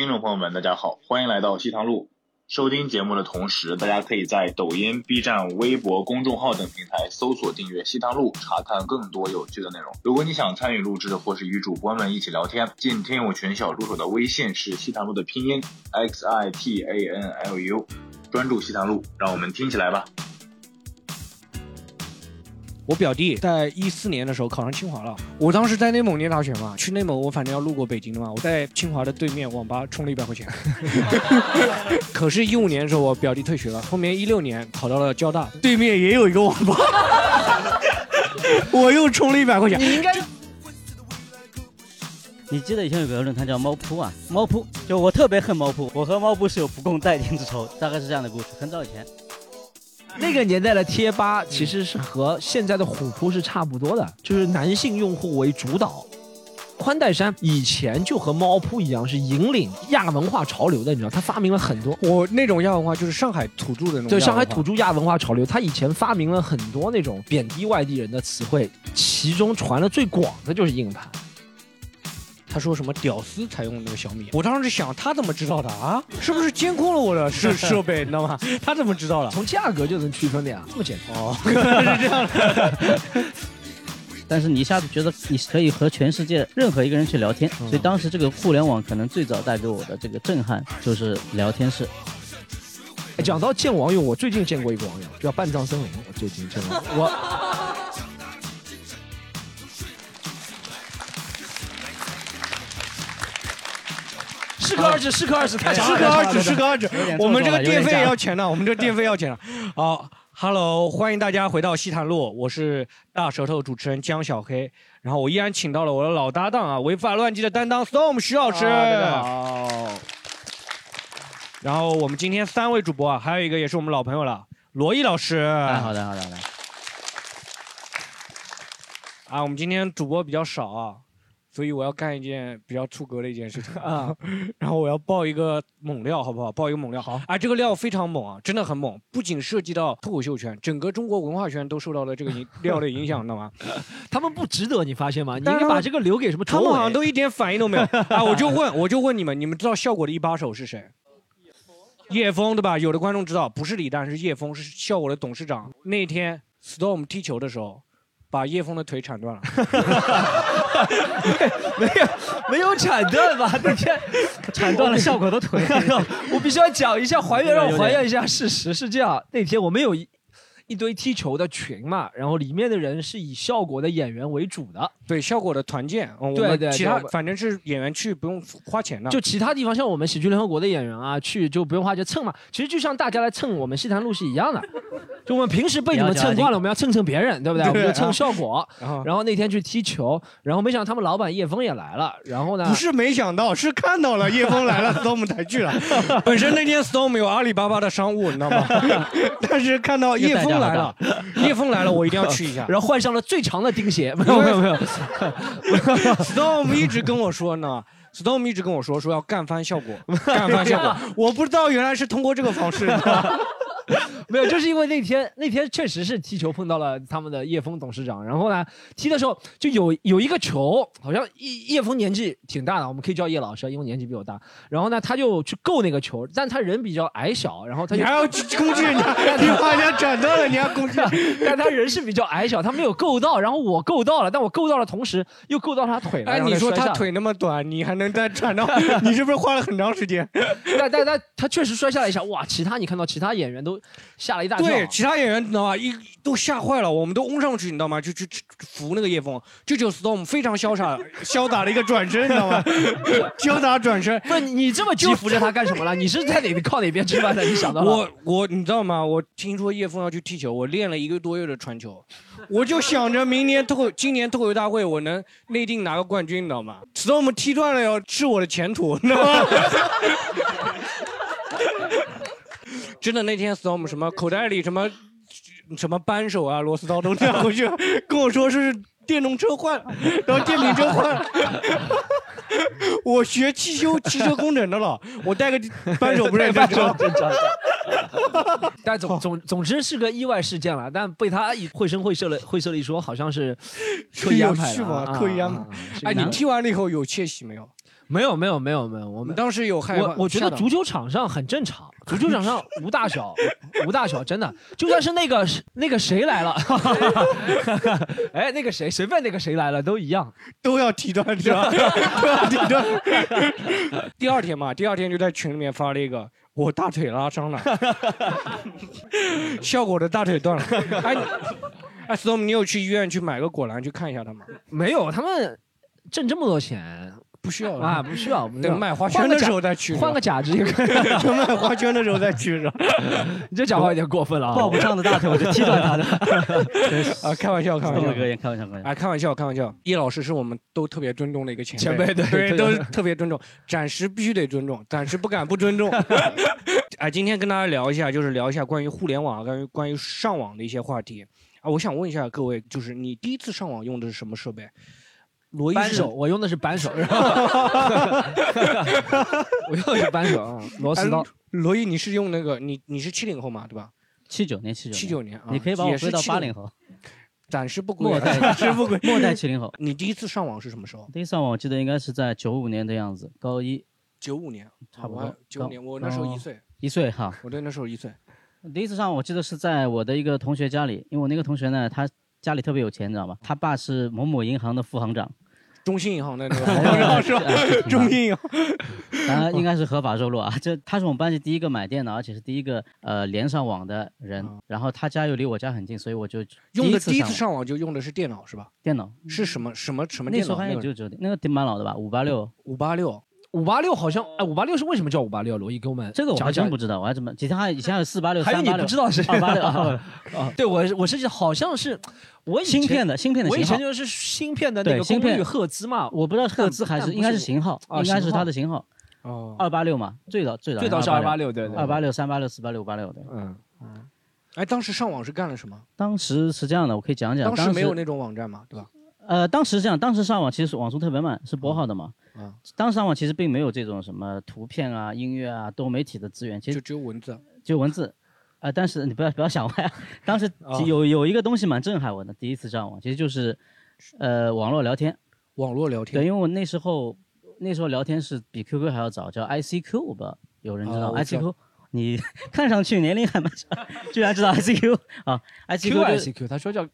听众朋友们，大家好，欢迎来到西塘路。收听节目的同时，大家可以在抖音、B 站、微博、公众号等平台搜索订阅“西塘路”，查看更多有趣的内容。如果你想参与录制，或是与主播们一起聊天，进听友群小助手的微信是西塘路的拼音 x i t a n l u，专注西塘路，让我们听起来吧。我表弟在一四年的时候考上清华了，我当时在内蒙念大学嘛，去内蒙我反正要路过北京的嘛，我在清华的对面网吧充了一百 块钱。可是，一五年的时候我表弟退学了，后面一六年考到了交大，对面也有一个网吧， 我又充了啊一百块钱。你应该你记得以前有个论坛叫猫扑啊，猫扑就我特别恨猫扑，我和猫扑是有不共戴天之仇，大概是这样的故事，很早以前。那个年代的贴吧其实是和现在的虎扑是差不多的，就是男性用户为主导。宽带山以前就和猫扑一样，是引领亚文化潮流的，你知道，他发明了很多。我那种亚文化就是上海土著的那种，对上海土，著亚文化潮流，他以前发明了很多那种贬低外地人的词汇，其中传的最广的就是硬盘。他说什么屌丝才用那个小米，我当时想他怎么知道的啊？是不是监控了我 的设设备，你知道吗？他怎么知道了？从价格就能区分的呀，这么简单。哦，是这样的。但是你一下子觉得你可以和全世界任何一个人去聊天，所以当时这个互联网可能最早带给我的这个震撼就是聊天 室。哎讲到见网友，我最近见过一个网友叫半藏森林，我最近见过 我。适可而止，适可而止，太长适了可而止，太长适了可而止点。做我们这作个了有电点费假要钱的，我们这个电费要钱的。好，Hello，欢迎大家回到西坦路，我是大舌头主持人江小黑，然后我依然请到了我的老搭档啊，违法乱纪的担当 Storm 徐老师。啊大家然后我们今天三位主播啊，还有一个也是我们老朋友了，罗毅老师。哎，好的，好的，好的。啊，我们今天主播比较少啊，所以我要干一件比较出格的一件事情啊，然后我要爆一个猛料，好不好？爆一个猛料。好，啊，这个料非常猛啊，真的很猛，不仅涉及到脱口秀圈，整个中国文化圈都受到了这个影料的影响，你知道吗？ 他们不 值得，你发现吗？你当应然该把这个留给什么他卓们好像伟？都一点反应都没有 啊！我就问，我就问你们，你们知道效果的一把手是谁？叶枫对吧？有的观众知道，不是李诞，是叶枫，是效果的董事长。那天 Storm 踢球的时候，把叶枫的腿铲断了。没有 没有铲断吧？那天砍断了效果的腿。 我必须要讲一下还原，有让点我还原一下事实是这样。那天我们有一一堆踢球的群嘛，然后里面的人是以效果的演员为主的，对效果的团建，嗯我对们对其对他我们反正是演员去不用付花钱的，就其他地方像我们喜剧联合国的演员啊，去就不用花钱蹭嘛。其实就像大家来蹭我们西坛路是一 样的，就我们平时被你们了解了蹭惯解了，我们要蹭蹭别人，对不对？对我们就 啊蹭效果。然后然后那天去踢球，然后没想到他们老板叶枫也来了，然后呢？不是没想到，是看到了叶枫来了 ，Storm 才去了。本身那天 Storm 有阿里巴巴的商务，你知道吗？ 但是看到叶枫来了，叶枫来了，我一定要去一下。 然后换上了最长的钉鞋，没有没有没有， Storm 一直跟我说呢。Storm 一直跟我说说要干翻效 果，干翻效果，我不知道原来是通过这个方式。 没有，就是因为那天那天确实是踢球碰到了他们的叶枫董事长，然后呢踢的时候就有有一个球，好像叶叶枫年纪挺大的，我们可以叫叶老师，因为年纪比我大。然后呢他就去够那个球，但他人比较矮小，然后他你就还要 攻击人家，你把人家斩断了，你还攻击。但他人是比较矮小，他没有够到，然后我够到了，但我够到了同时又够到了他腿了。哎，然后你说摔下他来 腿那么短，你还能再传到？你是不是花了很长时间？但但但他确实摔下来一下，哇！其他你看到其他演员都吓了一大跳。对，其他演员你知道吗？一都吓坏了，我们都拥上去，你知道吗？就去扶那个叶枫，这就是 Storm 非常潇洒 潇洒的一个转身，你知 道吗？潇洒转身。不是你这么欺负着他干什么 了？你是在哪靠哪边吃饭的？你想到了？。我我你知道吗？我听说叶枫要去踢球，我练了一个多月的传球，我就想着明年透今年透球大会我能内定拿个冠军，你知道吗？Storm 踢断了要是我的前途，你知道吗？真的那天 Storm 什么口袋里什么什么扳手啊、螺丝刀都拿回去， 跟我说是电动车坏了，然后电瓶车坏了。 我学汽修汽车工程的了，我带个扳手不是很正常 但总总总之是个意外事件了，但被他以绘声绘色的绘色的一 说，好像是刻意安排的啊是有趣吗刻意安排啊啊啊是哎，你难踢完了以后有窃喜没有？没有没有没有没有，我我们们当时有害怕我，我觉吓得到足球场上很正常， 足球场上无大小， 无大小，真的就算是那个那个谁来了， 哎，那个谁随便那个谁来了都一样。都要 啊提断，是吧？都要提断。 第二天嘛，第二天就在群里面发了一个。我大腿拉伤了，效果的大腿断了。哎，哎，Storm，你有去医院去买个果篮去看一下他吗？没有，他们挣这么多钱不需要啊，不需 要，不需要等卖花换圈个的假时候再去，换个假肢就可以。 等卖花圈的时候再去是吧？你这讲话有点过分了抱啊！不上的大腿，我就踢断他的。 啊，开玩笑，开玩宋笑哥。哥也开玩笑，开玩笑。哎，开玩笑，开玩笑。叶老师是我们都特别尊重的一个前前辈对对对，都是特别尊重。暂时必须得尊重，暂时不敢不 尊重。哎，今天跟大家聊一下，就是聊一下关于互联网啊，关于关于上网的一些话题啊。我想问一下各位，就是你第一次上网用的是什么设备？罗伊扳是手，，我用的是 扳手，然后我用的是扳手啊，嗯螺丝刀哎。罗伊，你是用那个你你是七零后嘛，对吧？七九年，七九，七九，年啊，你可以把我也是归到70八零，后，暂时不归啊末，代暂时不归。末代七零后。你第一次上网是什么时候？第一次上网我记得应该是在九五年的样子，高一九五年，差不多九五年，我那时候一岁，一岁哈。我对那时候一岁。第一次上网我记得是在我的一个同学家里，因为我那个同学呢，他家里特别有钱，你知道吧？他爸是某某银行的副行长，中信银行那个，哦我知道哎是吧？中信银行当哦然应该是合法收入啊。这他是我们班级第一个买电脑，而且是第一个呃连上网的人。哦然后他家又离我家很近，所以我就 用的第第一一次次上网就用的是电脑是吧？电脑。是什么什么什么那电时候好脑？像那也个就只有那个挺蛮老的吧，五八六，五八六，五八六好像，哎，五八六是为什么叫五八六？罗毅给我们这个我讲还讲真不知道，我还怎么？以前还以前还有四八六、还有三你八不六、知道是二八六，啊 啊对我我是记得好像是我以前芯片，的芯片的我以型前号，就是芯片的那对个芯功率片赫兹嘛，我不知道是赫兹但还但是不应该是是型号，啊应该型是号它的型号，哦，二八六嘛，最早最早最早是二二八六，六，对对，二八六、三八六、四八六、五八六对。嗯，哎，当时上网是干了什么？当时是这样的，我可以讲讲。当当时没有那种网站嘛，对吧？呃，当时是这样，当时上网其实是网速特别慢，是拨号的嘛。啊，当时上网其实并没有这种什么图片啊、音乐啊、多媒体的资源，其就实只有文字。就文字。啊、但是你不要不要想 歪啊，当时哦有有一个东西蛮震撼我的，第一次上网其实就是，呃，网络聊天。网络聊对，天，因为我那时候那时候聊天是比 QQ 还要早，叫 ICQ，我不知道有人知啊道、我知道 ICQ。你看上去年龄还蛮小， 居然知道 ICQ 啊！ICQ 就 Q I C Q，他说叫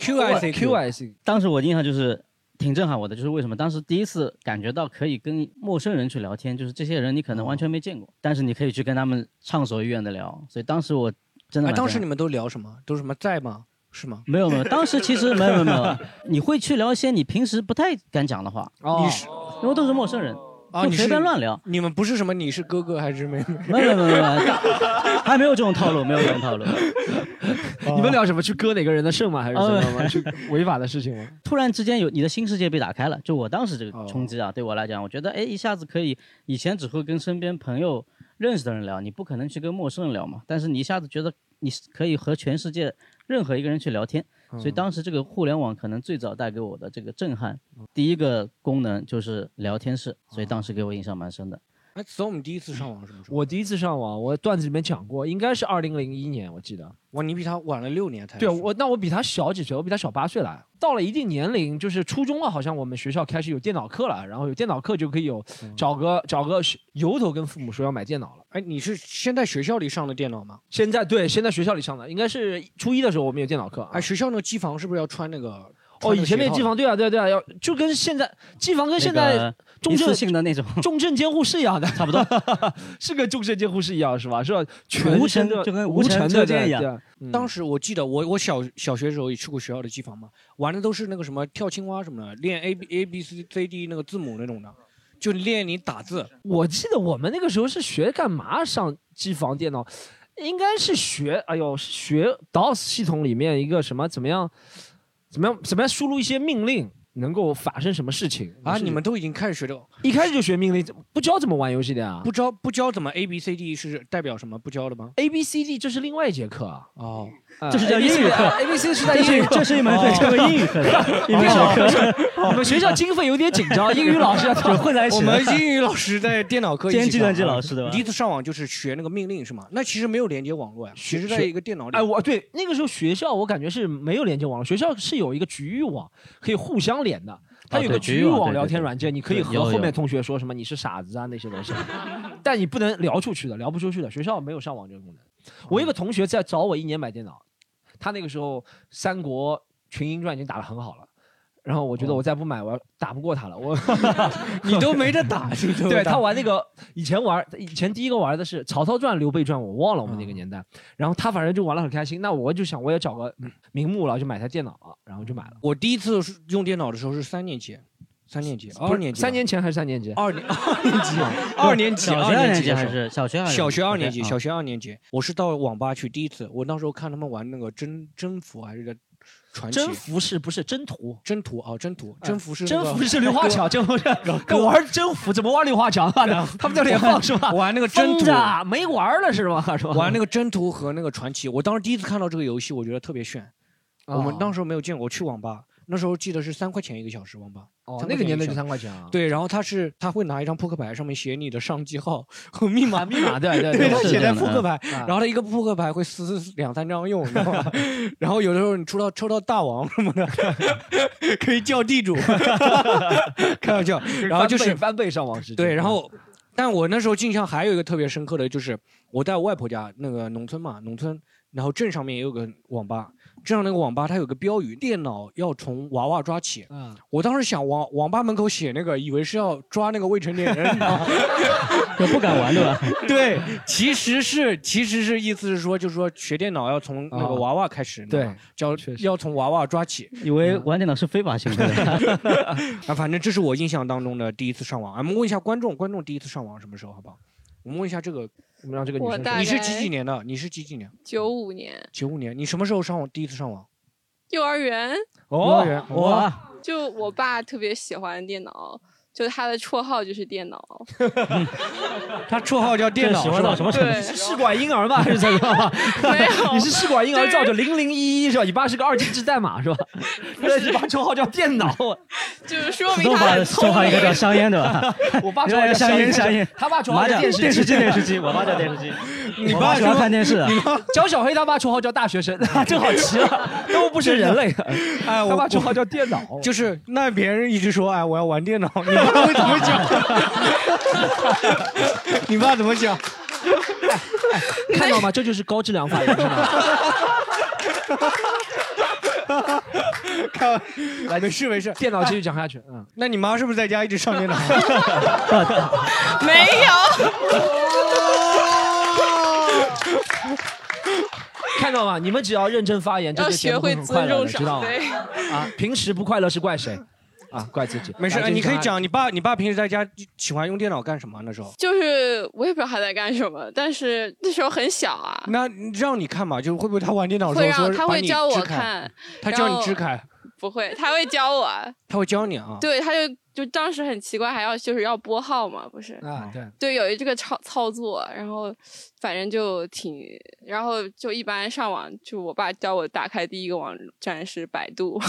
Q I C Q Q I C，当时我印象就是挺震撼我的，就是为什么当时第一次感觉到可以跟陌生人去聊天，就是这些人你可能完全没见哦过，但是你可以去跟他们畅所欲言的聊，所以当时我真的哎，蛮震撼、当时你们都聊什么？都什么在吗？是吗？没有没有，当时其实没有没有没 有，你会去聊一些你平时不太敢讲的话，哦你，是因为都是陌生人，啊，就你随是便乱聊，你们不是什么你是哥哥还是妹妹？没有没有没有，没 有还没有这种套路，没有这种套路。 你们聊什么？去割哪个人的肾呃 吗？还是什么呃吗？去违法的事情吗？突然之间有你的新世界被打开了，就我当时这哦个冲击啊，对我来讲，我觉得哎，一下子可以，以前只会跟身边朋友认识的人聊，你不可能去跟陌生人聊嘛，但是你一下子觉得你是可以和全世界任何一个人去聊天，嗯所以当时这个互联网可能最早带给我的这个震撼，第一个功能就是聊天室，哦所以当时给我印象蛮深的。哎，所以我们第一次上网是什么时候？我第一次上网，我段子里面讲过，应该是二零零一年，我记得。哇，你比他晚了六年才对是我，那我比他小几岁，我比他小八岁了。到了一定年龄，就是初中了，好像我们学校开始有电脑课了，然后有电脑课就可以有找个找个由头跟父母说要买电脑了。嗯哎，你是先在学校里上的电脑吗？现在对，现在学校里上的应该是初一的时候我们有电脑课啊哎，。学校那个机房是不是要穿那个？哦，穿个以前那学个号机房，对的啊，对啊，对啊，要就跟现在机房跟现在那个重一症次性的 那种，重症监护室一样的， 差不多。 是跟重症监护室一样是吧？是吧？无全身尘的就跟无无尘尘车的间对一样对啊嗯当时我记得我我小小学的时候也去过学校的机房嘛，玩的都是那个什么跳青蛙什么的，练 A B A B C C D 那个字母那种的，就练你打字。我记得我们那个时候是学干嘛上机房电脑，应该是学，哎呦，是学 DOS 系统里面一个什么怎么样，怎么样怎么样输入一些命令能够发生什么事情啊，是你们都已经开始学这个，一开始就学命令，不教怎么玩游戏的呀、不教不教怎么 A B C D 是代表什么？不教了吗？ A B C D 这是另外一节课啊，哦，呃这是叫英语课 A B C 是在这英语是课这。是一门这是一门英语 课 的，英语哦课。 我们学校经费有点紧张，英语老师要搞混在一我起了。们英语老师在电脑课一起兼计上算机啊老师对吧你第一次上网就是学那个命令是吗？那其实没有连接网络呀，学其实在学一个电脑里。哎，我对那个时候学校，我感觉是没有连接网络，学校是有一个局域网可以互相连的。它有个啊对局局域域网网对聊对天对软件，你可以对和有后面有同学说什么你是傻子啊那些 东西，但你不能聊出去的，聊不出去的。学校没有上网这个功能。我有个同学在找我一年买电脑，他那个时候《三国群英传》已经打得很好了。然后我觉得我再不买，我要打不过他了。 我你都没 得打，你都没对得打他玩那个以前玩，以前第一个玩的是《曹操传》《刘备传》，我忘了我们嗯那个年代。然后他反正就玩得很开心，那我就想我也找个嗯名目了，就买台电脑了，然后就买了。我第一次是用电脑的时候是三年级，三年级，不是二年哦级吧，三年前还是三年级？二年二年小 级，二年级，学啊二二年年级级的时还候是小学二年级？小学二年级， OK，啊小学二年级，我是到网吧去第一次，我那时候看他们玩那个征征服还是叫传奇征服是不是征途？啊征途哦，征途征服是那征个服是 刘华强，征服是跟玩征服，怎么玩刘华强啊？他们叫脸放 是吧？啊玩那个征真途。的没玩了是吧？是吧？玩那个征途和那个传奇，我当时第一次看到这个游戏，我觉得特别炫。哦我们当时没有见过，我去网吧，那时候记得是三块钱一个小时网吧。哦三，那块个钱年代一就个小时三块钱啊。对，然后他是他会拿一张扑克牌，上面写你的上机号和密码，啊，密码 对对对他是写这在样的扑克嗯牌，然后他一个扑克牌会撕撕两三张用，你知道 吗？然后有的时候你抽到抽到大王什么的， 可以叫地主， 开玩笑。然后就是翻倍上网时间。嗯对，嗯然后，但我那时候印象还有一个特别深刻的，就是我在我外婆家那个农村嘛，农村，然后镇上面也有个网吧，镇上那个网吧它有个标语，电脑要从娃娃抓起。嗯，我当时想网网吧门口写那个，以为是要抓那个未成年人，你 知道吗就不敢玩对吧？对，其实是其实是意思是说，就是说学电脑要从那个啊娃娃开始，你知道对吗叫确实要从娃娃抓起。嗯以为玩电脑是非法行 为的。啊，反正这是我印象当中的第一次上网。啊我们问一下观众，观众第一次上网什么时候，好不好？我们问一下这个我们让这个女我生大你说。是概几几年的？你是几几年？九五年九五年。你什么时候上网？第一次上 网？幼儿园，幼儿园哦，哇，哇，就我爸特别喜欢电脑，就他的绰号就是电脑。他绰号叫电脑这喜是欢吧到？什么程度？对，是试管婴儿吧？还是怎么样？没有 你是试管婴儿就是造就零零一一是吧？你爸是个二进制代码是吧？ 你爸绰号叫电脑，就是 说自明动他把很正聪好一个叫明。香烟对吧？ 我爸有绰号 点叫香烟香烟，他爸绰号麻叫将电电视视机机，电 视机，我爸叫电视机。你我爸喜欢说看电视的，焦啊小黑他爸绰号叫 大啊学生，正好齐了，都不是人类。哎，他我爸绰我号叫电脑， 就是那别人一直说哎我要玩电脑，你 爸会怎么讲？你爸怎么讲？ 看到吗？这就是高质量发言，是吗？ 看， 没事没事。电脑继续讲下去，嗯，那你妈是不是在家一直上电脑？ 没有，看到吗？你们只要认真发言， 这要个节学目会会很快尊乐的，重知长道吗？辈。啊，平时不快乐是怪谁？啊，怪自己。没事，来哎你可以。继续讲你爸，你爸平时在家喜欢用电脑干什么？那时候，就是我也不知道他在干什么，但是那时候很小啊，那让你看嘛，就是会不会他玩电脑的会时候让说他把会你教我支开，看，他教然你后支开，不会，他会教我，他会教你啊。 对，他就就当时很奇怪，还要就是要拨号嘛，不是？啊，对，对，有一这个操操作，然后反正就挺，然后就一般上网，就我爸教我打开第一个网站是百度，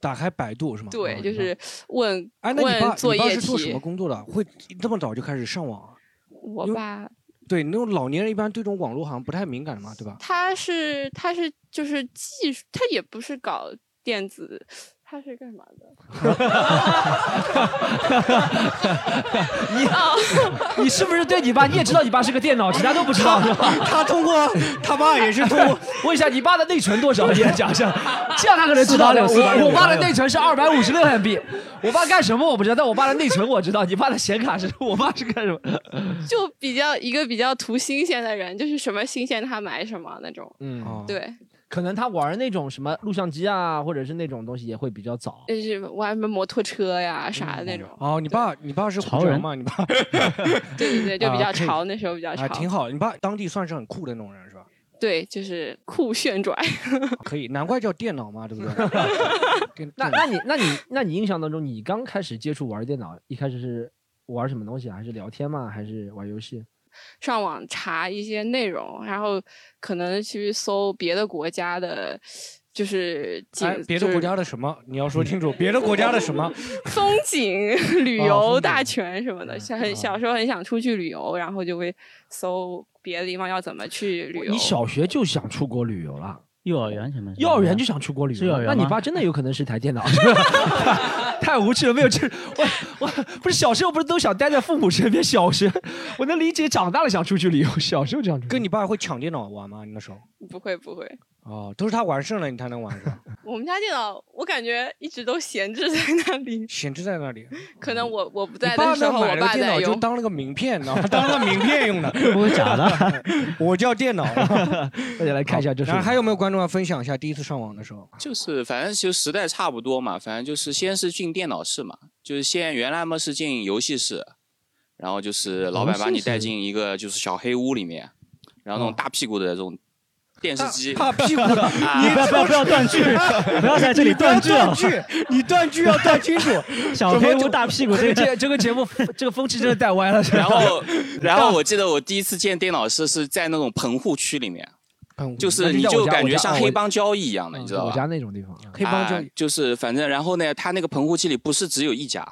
打开百度是吗？对，嗯就是问哎，那你爸问作你爸业是做什题么。工作的？会这么早就开始上网啊？我因为爸对，那种老年人一般对这种网络好像不太敏感嘛，对吧？他是他是就是技术，他也不是搞电子，他是干嘛的？哦，你 是不是对你爸？你也知道你爸是个电脑，其他都不知道是吧？他通过他爸也是通过， 问一下你爸的内存多少？你也讲一下，这样他可能知道了。 486我我爸的486内存是二百五十六 MB，我爸干什么我不知道，但我爸的内存我知道。你爸的显卡是我爸是干什么？ 就比较一个比较图新鲜的人，就是什么新鲜他买什么那种。嗯哦，对，可能他玩那种什么录像机啊，或者是那种东西也会比较早。就是玩什么摩托车呀啥的那种。哦，你爸你爸是潮湖人人嘛？你爸对对对，就比啊较可以潮，那时候比较啊挺潮。好，你爸当地算是很酷的那种人是吧？对，就是酷炫拽。可以，难怪叫电脑嘛，对不对？电那电脑那你那你那你印象当中，你刚开始接触玩电脑，一开始是玩什么东西啊？还是聊天吗？还是玩游戏？上网查一些内容，然后可能去搜别的国家的，就是景，哎，别就的是国家的什么？你要说清楚，别的国家的什么？ 风景旅哦风景游嗯哦大全什么的。小很小时候很想出去旅游，然后就会搜别的地方要怎么去旅游。你小学就想出国旅游了？幼儿园什么？幼儿园就想出国旅游，是幼儿园那吗 你爸真的有可能是台电脑，是吧？太无趣了，没有这我我不是小时候不是都想待在父母身边？小时候我能理解，长大了想出去旅游，小时候这样。 跟你爸会抢电脑玩吗？你那时候？不会不会，哦，都是他玩剩了，你才能玩是吧？我们家电脑我感觉一直都闲置在那里， 闲置在那 里。可能我我哦不你在爸的时那候，我买了个爸电在脑就用。当了个名片，你知道吗？当了名片 用的，不会假的。 我叫电脑。大家来看一下这是然后还有没有观众要分享一下第一次上网的时候？就是反正就时代差不多嘛，反正就是先是进电脑室嘛，就是先原来嘛是进游戏室，然后就是老板把你带进一个就是小黑屋里面，然哦后那种大屁股的这种电视机，大屁股 的，啊你不要不要不要断句，不要在这里你不要断句啊断！句，你断句要断清 楚。小黑屋大屁股这个这这这个节目这个风气真的带歪了。 然 后然后我记得我第一次见电脑室是在那种棚户区里面，嗯就是你就感觉像哦黑帮交易一样的，你知道我吧？家那种地方，黑帮交啊易，就是反正然后呢，他那个棚户区里不是只有一家，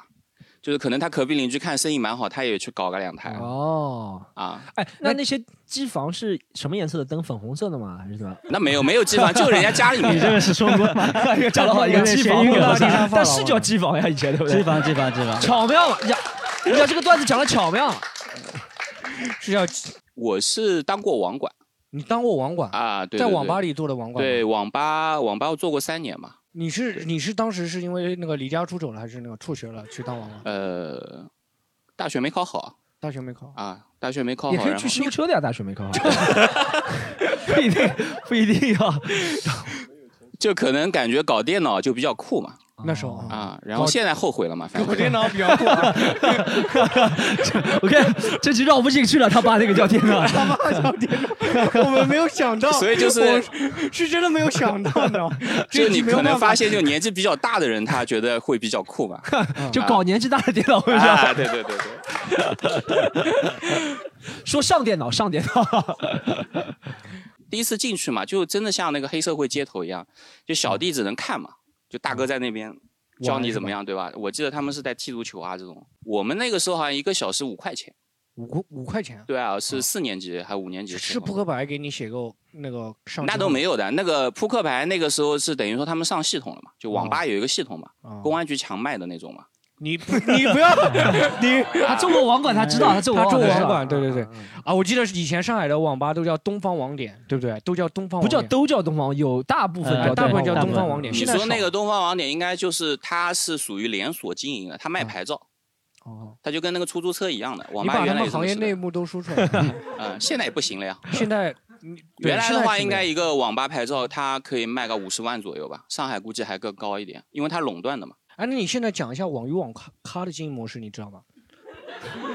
就是可能他隔壁邻居看生意蛮好，他也去搞个两台哦，啊。哎，那那些机房是什么颜色的灯？粉红色的吗？还是怎么？那没有没有机房，就人家家里面。你这个是说过 吗？讲的好，一个机房有点谐音梗我了操地上放但了是叫机房呀，以前对不机对？房机房机房，巧妙嘛，呀，呀，这个段子讲的巧妙。是叫 我是当过网管你当过网管，啊，对在对网吧对里做的网管。对，网吧网吧我做过三年嘛，你是你是当时是因为那个离家出走了，还是那个辍学了去当网管？呃，大学没考好大学没考。啊，大学没考好，也可以然后去修车的呀，大学没啊考好。 不一定，不一定啊要。就可能感觉搞电脑就比较酷嘛那时候啊啊，然后现在后悔了嘛，反正电脑比 较酷啊， ，OK，这集绕不进去了，他爸那个叫电 脑。我们没有想到，所以就是我是真的没有想到 的。就 这你集没有可能办法发现，就年纪比较大的人，他觉得会比较酷 嘛。 就搞年纪大的电脑会上，啊啊，对对对对，说上电脑上电脑， 第一次进去嘛，就真的像那个黑社会街头一样，就小弟只能看嘛，就大哥在那边教你怎么样，对吧？我记得他们是在踢足球啊这种，我们那个时候好像一个小时五块钱，五块五块钱，哦对啊，是四年级还五年级的时是候扑克牌给你写个那个上那都没有的，那个扑克牌那个时候是等于说他们上系统了嘛，就网吧有一个系统嘛，啊公安局强卖的那种嘛，你不你不 要你哎他做过网管，他知道他做过他做管，网管，对对嗯对啊！我记得是以前上海的网吧都叫 东方网点，对不对？都叫东方不网叫点，哎都叫东方，有大部分呃叫哦大部分对叫大东部方分网点。你现在说那少个东方网点应该就是它是属于连锁经营的，它卖牌照，哦，它就跟那个出租车一样的。网你吧把他原来们也这么行业是的内幕都 说出来了，嗯，现在也不行了呀。现在嗯对 原来现的在话，是应没有该一个网吧牌照它可以卖个五十万左右吧，上海估计还更高一点，因为它垄断的嘛。哎，那你现在讲一下网与网咖咖的经营模式，你知道吗？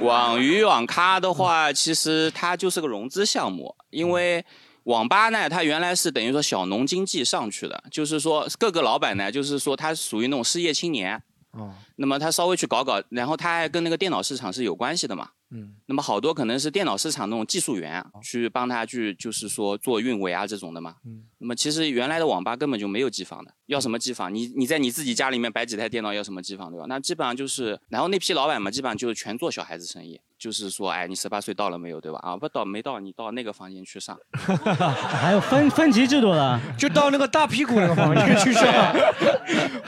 网鱼网咖的话，其实它就是个融资项目，因为网吧呢，它原来是等于说小农经济上去的，就是说各个老板呢，就是说他属于那种失业青年，哦，那么他稍微去搞搞，然后他还跟那个电脑市场是有关系的嘛。 嗯，那么好多可能是电脑市场那种技术员啊，去帮他去就是说做运维啊这种的嘛。嗯那么其实原来的网吧根本就没有机房的，要什么机房？你你在你自己家里面摆几台电脑，要什么机房对吧？那基本上就是，然后那批老板嘛，基本上就是全做小孩子生意，就是说，哎，你十八岁到了没有对吧？啊，不到没到，你到那个房间去上。还有分分级制度的，就到那个大屁股那个房间去上。啊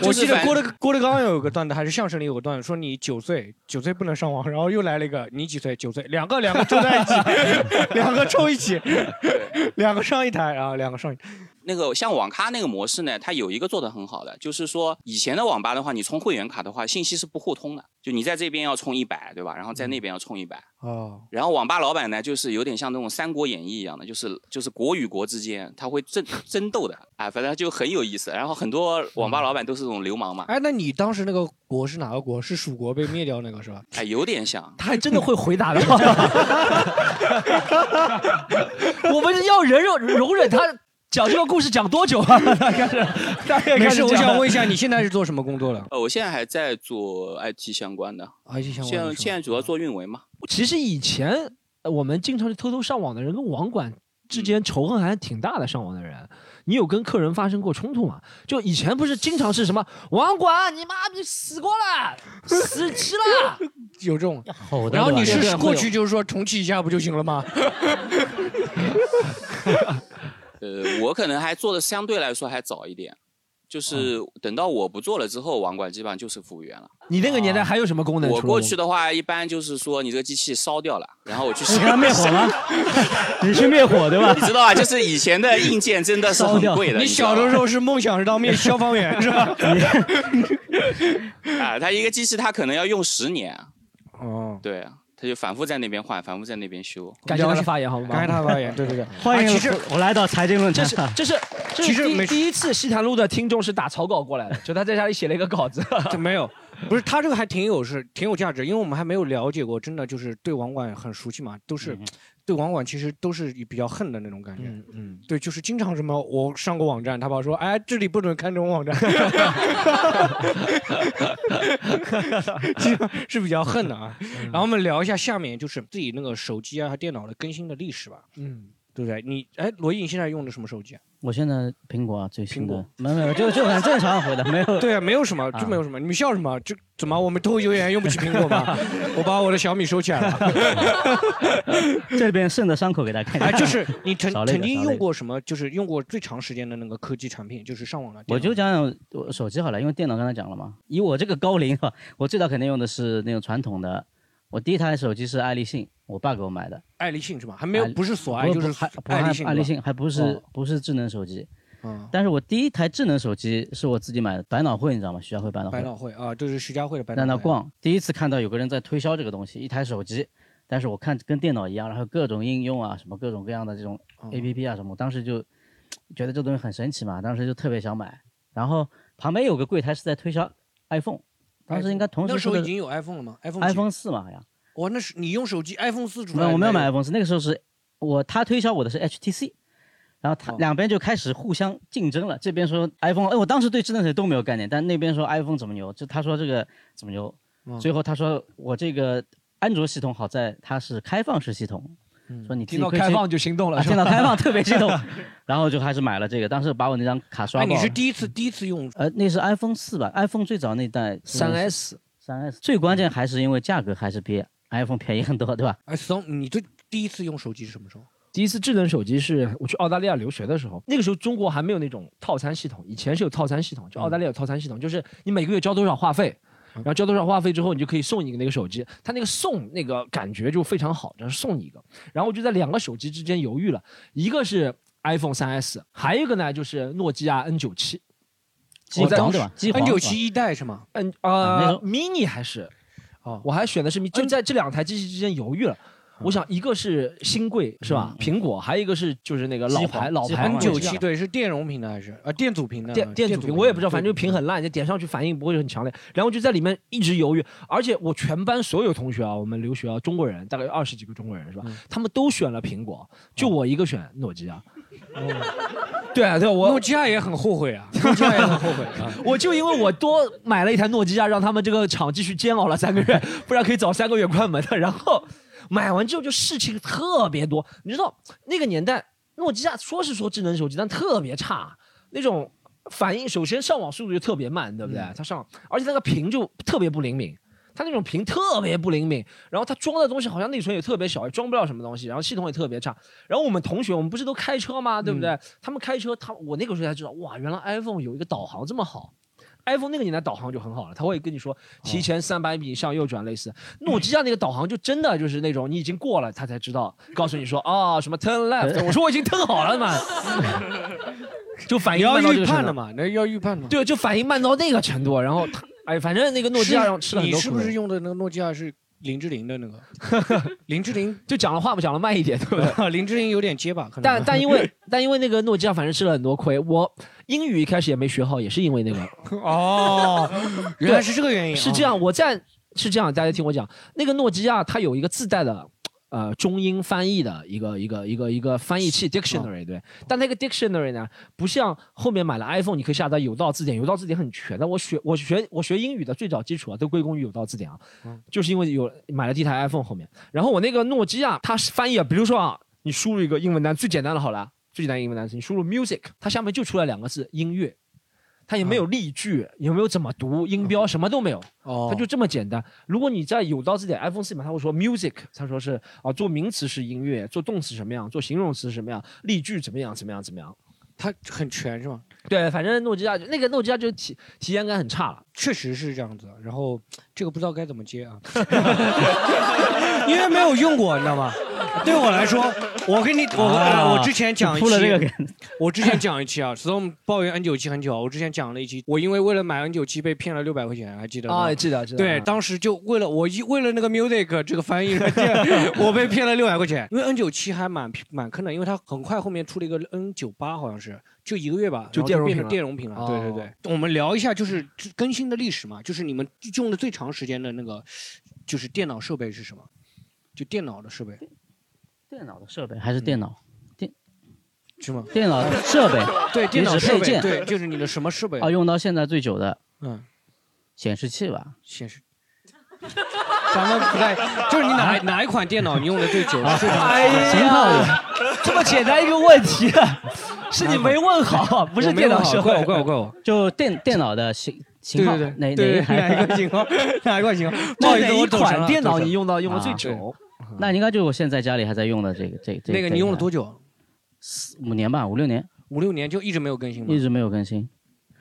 我就是记得反郭德郭德纲有个段子，还是相声里有个段子，说你九岁九岁不能上网，然后又来了一个你几岁九岁，两个两个凑在一起， 两个凑一起， 两个上一台，然后两个上一台。那个像网咖那个模式呢，它有一个做得很好的，就是说以前的网吧的话，你充会员卡的话，信息是不互通的，就你在这边要充一百，对吧？然后在那边要充一百。哦，然后网吧老板呢，就是有点像那种《三国演义》一样的，就是就是国与国之间他会争争斗的，啊，反正就很有意思。然后很多网吧老板都是这种流氓嘛，哎，那你当时那个国是哪个国？是蜀国被灭掉那个是 吧？哎，有点像。他还真的会回答的。 我们要忍容容忍他讲这个故事讲多久啊？ 大概是大概没开事，始我讲想问一下，你现在是做什么工作的？呃，我现在还在做 IT 相关的，嗯啊，就想现在现在主要做运维嘛。其实以前呃我们经常是偷偷上网的人跟网管之嗯间仇恨还挺大的。上网的人，你有跟客人发生过冲突吗？就以前不是经常是什么网管，你妈逼死过了，死齐 了。 有这种。 吼的。然后你对吧是过去就是说重启一下不就行了吗？呃，我可能还做的相对来说还早一点，就是等到我不做了之后，网管基本上就是服务员了。你那个年代啊还有什么功能？我除了过去的话，一般就是说你这个机器烧掉了，然后我 去 你给它灭火 了，你去灭火对吧 你知道啊，就是以前的硬件真的是很贵的。 你小的 时候是梦想是当面消防员是吧？候啊，它一个机器它可能要用十年啊， 哦，对啊，它就反复在那边换，反复在那边修。感谢他的发言，好吗？感谢他的发 言，对对对，欢迎啊其实我来到财经论这坛是。这 是这其实是没第第一次西坛路的听众是打草稿过来的，就他在家里写了一个稿子。 这 没有，不是他这个还挺有是挺有价值，因为我们还没有了解过，真的就是对网管很熟悉嘛，都是、嗯对网管其实都是比较恨的那种感觉。嗯 嗯，对，就是经常什么我上过网站，他爸说哎这里不准看这种网站， 经常是比较恨的啊。然后我们聊一下下面就是自己那个手机啊和电脑的更新的历史吧，嗯，对不对？你哎罗毅你现在用的什么手机啊？我现在苹果啊最新苹的，没有没有，呃就就很正常回的，没有。对啊，没有什么，这没有什么，你们笑什么？这怎么我们脱口秀演员用不起苹果吗？我把我的小米收起来了。 这边剩的伤口给大家看一下。哎，就是你曾少了一个曾经少了一用个过什么？就是用过最长时间的那个科技产品，就是上网的电脑。 我就讲讲我手机好了，因为电脑刚才讲了嘛。以我这个高龄啊， 我最早肯定用的是那种传统的。我第一台手机是爱立信，我爸给我买的，爱立信是吧？还没有爱，立不是索爱，不就是还不爱还立信。爱立，信，还不是哦不是智能手机。嗯，但是我第一台智能手机是我自己买的，百脑汇你知道吗？徐家汇百脑百汇。脑汇啊，这是徐家汇的百在那脑汇。逛，第一次看到有个人在推销这个东西，一台手机，但是我看跟电脑一样，然后各种应用啊，什么各种各样的这种哦 A P P 啊什么，我当时就觉得这东西很神奇嘛，当时就特别想买。然后旁边有个柜台是在推销 iPhone，当时应该同时哎那时候出已的经有 iPhone 了吗？iPhone 几 iPhone 四嘛，好像。哇，那是你用手机 iPhone 四出没来？有，我没有买。iPhone 四，那个时候是我他推销我的是 HTC，然后他、哦两边就开始互相竞争了。这边说 iPhone，哎，我当时对智能手机都没有概念，但那边说 iPhone 怎么牛，就他说这个怎么牛，嗯最后他说我这个安卓系统好在它是开放式系统，说你自己听到可以开去放就心动了，啊，是吧听到开放特别激 动，然后就还是买了这个。当时把我那张卡刷哎，爆你了。是第一次第一次用呃，那是 iPhone 四吧？iPhone 最早那代三 S 三 S，最关键还是因为价格还是比 iPhone 便宜很多，对吧？哎，Song，你最第一次用手机是什么时候？第一次智能手机是我去澳大利亚留学的时候，那个时候中国还没有那种套餐系统，以前是有套餐系统，就澳大利亚有套餐嗯系统，就是你每个月交多少话费。然后交多少话费之后，你就可以送你那个手机。他那个送那个感觉就非常好，就是送你一个。然后我就在两个手机之间犹豫了，一个是 iPhone 3S，还有一个呢就是诺基亚 N 9 7机哦我在皇对吧？机皇 N 九对吧七一代是吗？嗯啊那时呃候，mini 还是哦，我还选的是 mini，就在这两台机器之间犹豫了。我想一个是新贵是吧？苹果，还有一个是就是那个老机牌皇老机牌皇嘛，N 嘛是九这七样对，是电容屏的还是啊电阻屏的？电嗯电阻屏，我也不知道，反正就屏很烂，就点上去反应不会很强烈。然后就在里面一直犹豫，而且我全班所有同学啊，我们留学啊，中国人大概有二十几个中国人是吧？他们都选了苹果，就我一个选诺基亚。哦对啊，对啊诺我基亚也很后 悔啊，诺基亚也很后悔 啊。我就因为我多买了一台诺基亚，让他们这个厂继续煎熬了三个月，不然可以早三个月关门的。然后买完之后就事情特别多，你知道那个年代诺基亚说是说智能手机，但特别差，那种反应首先上网速度就特别慢，对不对？嗯它上，而且那个屏就特别不灵敏。它那种屏特别不灵敏，然后它装的东西好像内存也特别小，也装不了什么东西，然后系统也特别差。然后我们同学，我们不是都开车吗？嗯对不对？他们开车，他我那个时候才知道，哇，原来 iPhone 有一个导航这么好。iPhone 那个年代导航就很好了，他会跟你哦说提前三百米向右转，类似。诺基亚那个导航就真的就是那种你已经过了，他才知 道，告诉你说啊、什么 turn left，我说我已经 turn 好了嘛，就反你应要慢到这预个程判度的嘛，那要预判的嘛。对，就反应慢到那个程度。然后他，哎，反正那啊个诺基亚让吃了很你多是苦不是头，用的那个诺基亚是林志玲的那个？ 林志玲，就讲了话不讲了慢一点，对不对？ 林志玲有点结巴，可能。 但但因为但因为那个诺基亚，反正吃了很多亏。我英语一开始也没学好，也是因为那个。 哦， 原来是这个原因，哦是这。样，我在是这样，大家听我讲，那个诺基亚它有一个自带的。呃，中英翻译的一个一个一个一个翻译器哦 dictionary 对，但那个 dictionary 呢，不像后面买了 iPhone，你可以下载有道字典，有道字典很全的。我学我学我学英语的最早基础啊，都归功于有道字典啊，嗯就是因为有买了第一台 iPhone 后面，然后我那个诺基亚它是翻译啊，比如说啊，你输入一个英文单最简单的好了，最简单的英文单词，你输入 music，它下面就出来两个字音乐，它也没有例句，也没有怎么读音标，什么都没有。嗯哦，它就这么简单。如果你在有道字典 iPhone 四里面，它会说 music，它说是啊，做名词是音乐，做动词什么样，做形容词是什么样，例句怎么样怎么样怎么样。它很全是吗？对，反正诺基亚就那个诺基亚就体体验感很差了，确实是这样子。啊然后这个不知道该怎么接啊， 因为没有用过，你知道吗？对我来说，我跟你我、啊呃我之前讲一铺期，了这个梗我之前讲一期啊，Storm 抱怨 N 9 7很久啊，我之前讲了一期，我因为为了买 N 9 7被骗了六百块钱，还记得吗？啊记得记得对，嗯当时就为了我一为了那个 Music 这个翻译软件，我被骗了六百块钱。因为 N 9 7还蛮蛮坑的，因为它很快后面出了一个 N 9 8好像是就一个月吧， 就然电容后变屏成了电容屏了。对对哦对，我们聊一下就是更新的历史嘛，就是你们用的最长时间的那个就是电脑设备是什么？就电脑的设备电脑的设备还嗯是电脑？电是吗？电脑设备对，电脑你指设配备件对，就是你的什么设备？啊哦，用到现在最久的嗯，显示器吧？显示。咱们不太，就是你哪哪一款电脑你用的最久？是什么哎呀，这么简单一个问题，啊是你没问好，不是电脑设备。怪我怪我怪我！就电电脑的型型号，对对哪对对一台？哪一个型号？ 哪一款 型号？不好这意思哪我一懂神款了电懂脑神你了啊用到用的最对久？ 那应该就是我现在家里还在用的这个这这那个你用了多久？久？五年吧，五六年，五六年就一直没有更新吗一？直没有更新。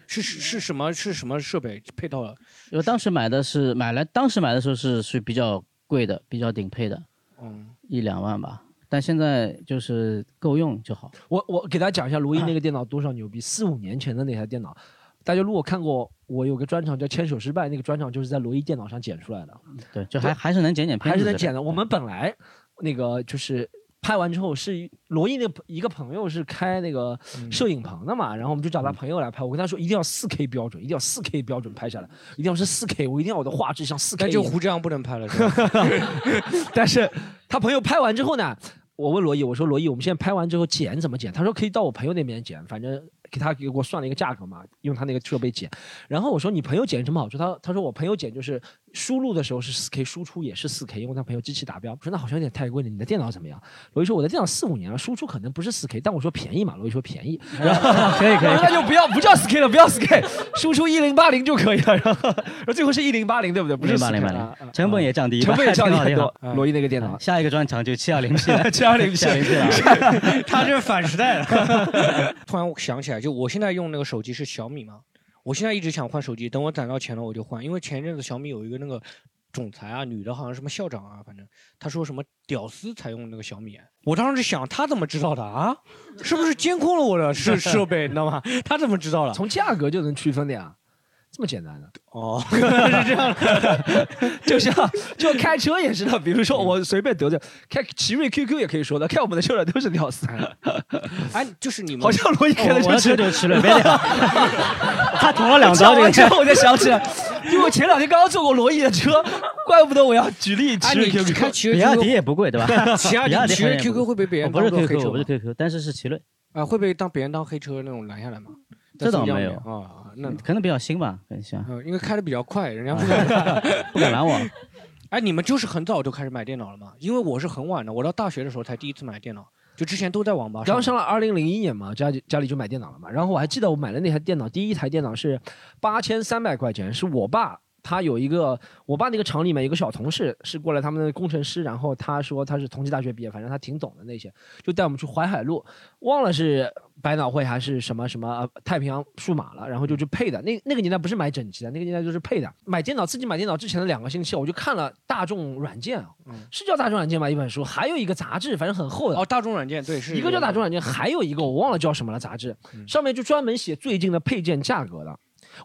是是是什么是什么设备配套了？因为当时买的是买来，当时买的时候是是比较贵的，比较顶配的， 嗯，一两万吧。但现在就是够用就好。我我给大家讲一下罗伊那个电脑多少牛逼，四五年前的那台电脑，大家如果看过我有个专场叫《牵手失败》，那个专场就是在罗伊电脑上剪出来的，对，就还还是能剪剪片还子是之类的，能剪的。我们本来那个就是。拍完之后是罗毅那个一个朋友是开那个嗯摄影棚的嘛，然后我们就找他朋友来拍。我跟他说一定要四 K 标准，一定要四 K 标准拍下来，一定要是四 K，我一定要我的画质像四 K。那就胡志阳不能拍了，是吧？ 但是他朋友拍完之后呢，我问罗毅，我说罗毅，我们现在拍完之后剪怎么剪？他说可以到我朋友那边剪，反正给他给我算了一个价格嘛，用他那个设备剪。然后我说你朋友剪有什么好处？他他说我朋友剪就是输入的时候是四 K，输出也是四 K，因为他朋友机器达标。我说那好像有点太贵了，你的电脑怎么样？罗毅说我的电脑四五年了，输出可能不是四 K，但我说便宜嘛，罗毅说 便宜，然后可以可以，那就不要不叫四 K 了，不要四 K，输出一零八零就可以了。然后然后最后是一零八零对不对？不是零八零八 4K 啊零，成本也降低一成半，本也降低很挺好多。。罗毅那个电挺好脑啊，下一个专场就七二零 P 了，七二零 P 七二零 P 了。 他这是反时代了。 突然我想起来，就我现在用那个手机是小米嘛，我现在一直想换手机，等我攒到钱了我就换，因为前一阵子小米有一个那个总裁啊，女的好像什么校长啊，反正她说什么屌丝才用那个小米，我当时想她怎么知道的啊？是不是监控了我 的设设备，你知道吗？她怎么知道了？从价格就能区分的呀，这么简单的，哦， 就像就开车也是的，比如说嗯我随便得罪，开奇瑞 QQ 也可以说的，开我们的车的都是屌丝，哎，就是你们好像罗毅开的嗯哦我就的车是。就吃了，别 聊。他捅了两刀，这讲个完之车。后我才想起来，因为我前两天刚刚坐过罗毅的车，怪不得我要举例哎，奇瑞你 QQ。开奇瑞比亚迪 QQ，也不贵，对 吧？比亚迪迪奇瑞好像也 QQ 会被别人我不是当做黑 QQ，车我不是吗 QQ，但是是奇瑞，啊，会被当别人当黑车那种拦下来吗？这倒在新疆没里有面啊，那可能比较新啊吧，可能像呃，因为开的比较快，人家不敢。不敢拦我。哎，你们就是很早就开始买电脑了吗？因为我是很晚的，我到大学的时候才第一次买电脑，就之前都在网吧刚上上了二零零一年嘛，家里家里就买电脑了嘛。然后我还记得我买的那台电脑，第一台电脑是八千三百块钱，是我爸他有一个，我爸那个厂里面有个小同事是过来他们的工程师，然后他说他是同济大学毕业，反正他挺懂的那些，就带我们去淮海路，忘了是百脑汇还是什么什么、呃太平洋数码了，然后就去配的。那那个年代不是买整机的，那个年代就是配的。买电脑自己买电脑之前的两个星期，我就看了大众软件啊，是叫大众软件吧一本书，还有一个杂志，反正很厚的。嗯哦，大众软件对是嗯一个叫大众软件，还有一个我忘了叫什么了杂志，上面就专门写最近的配件价格的。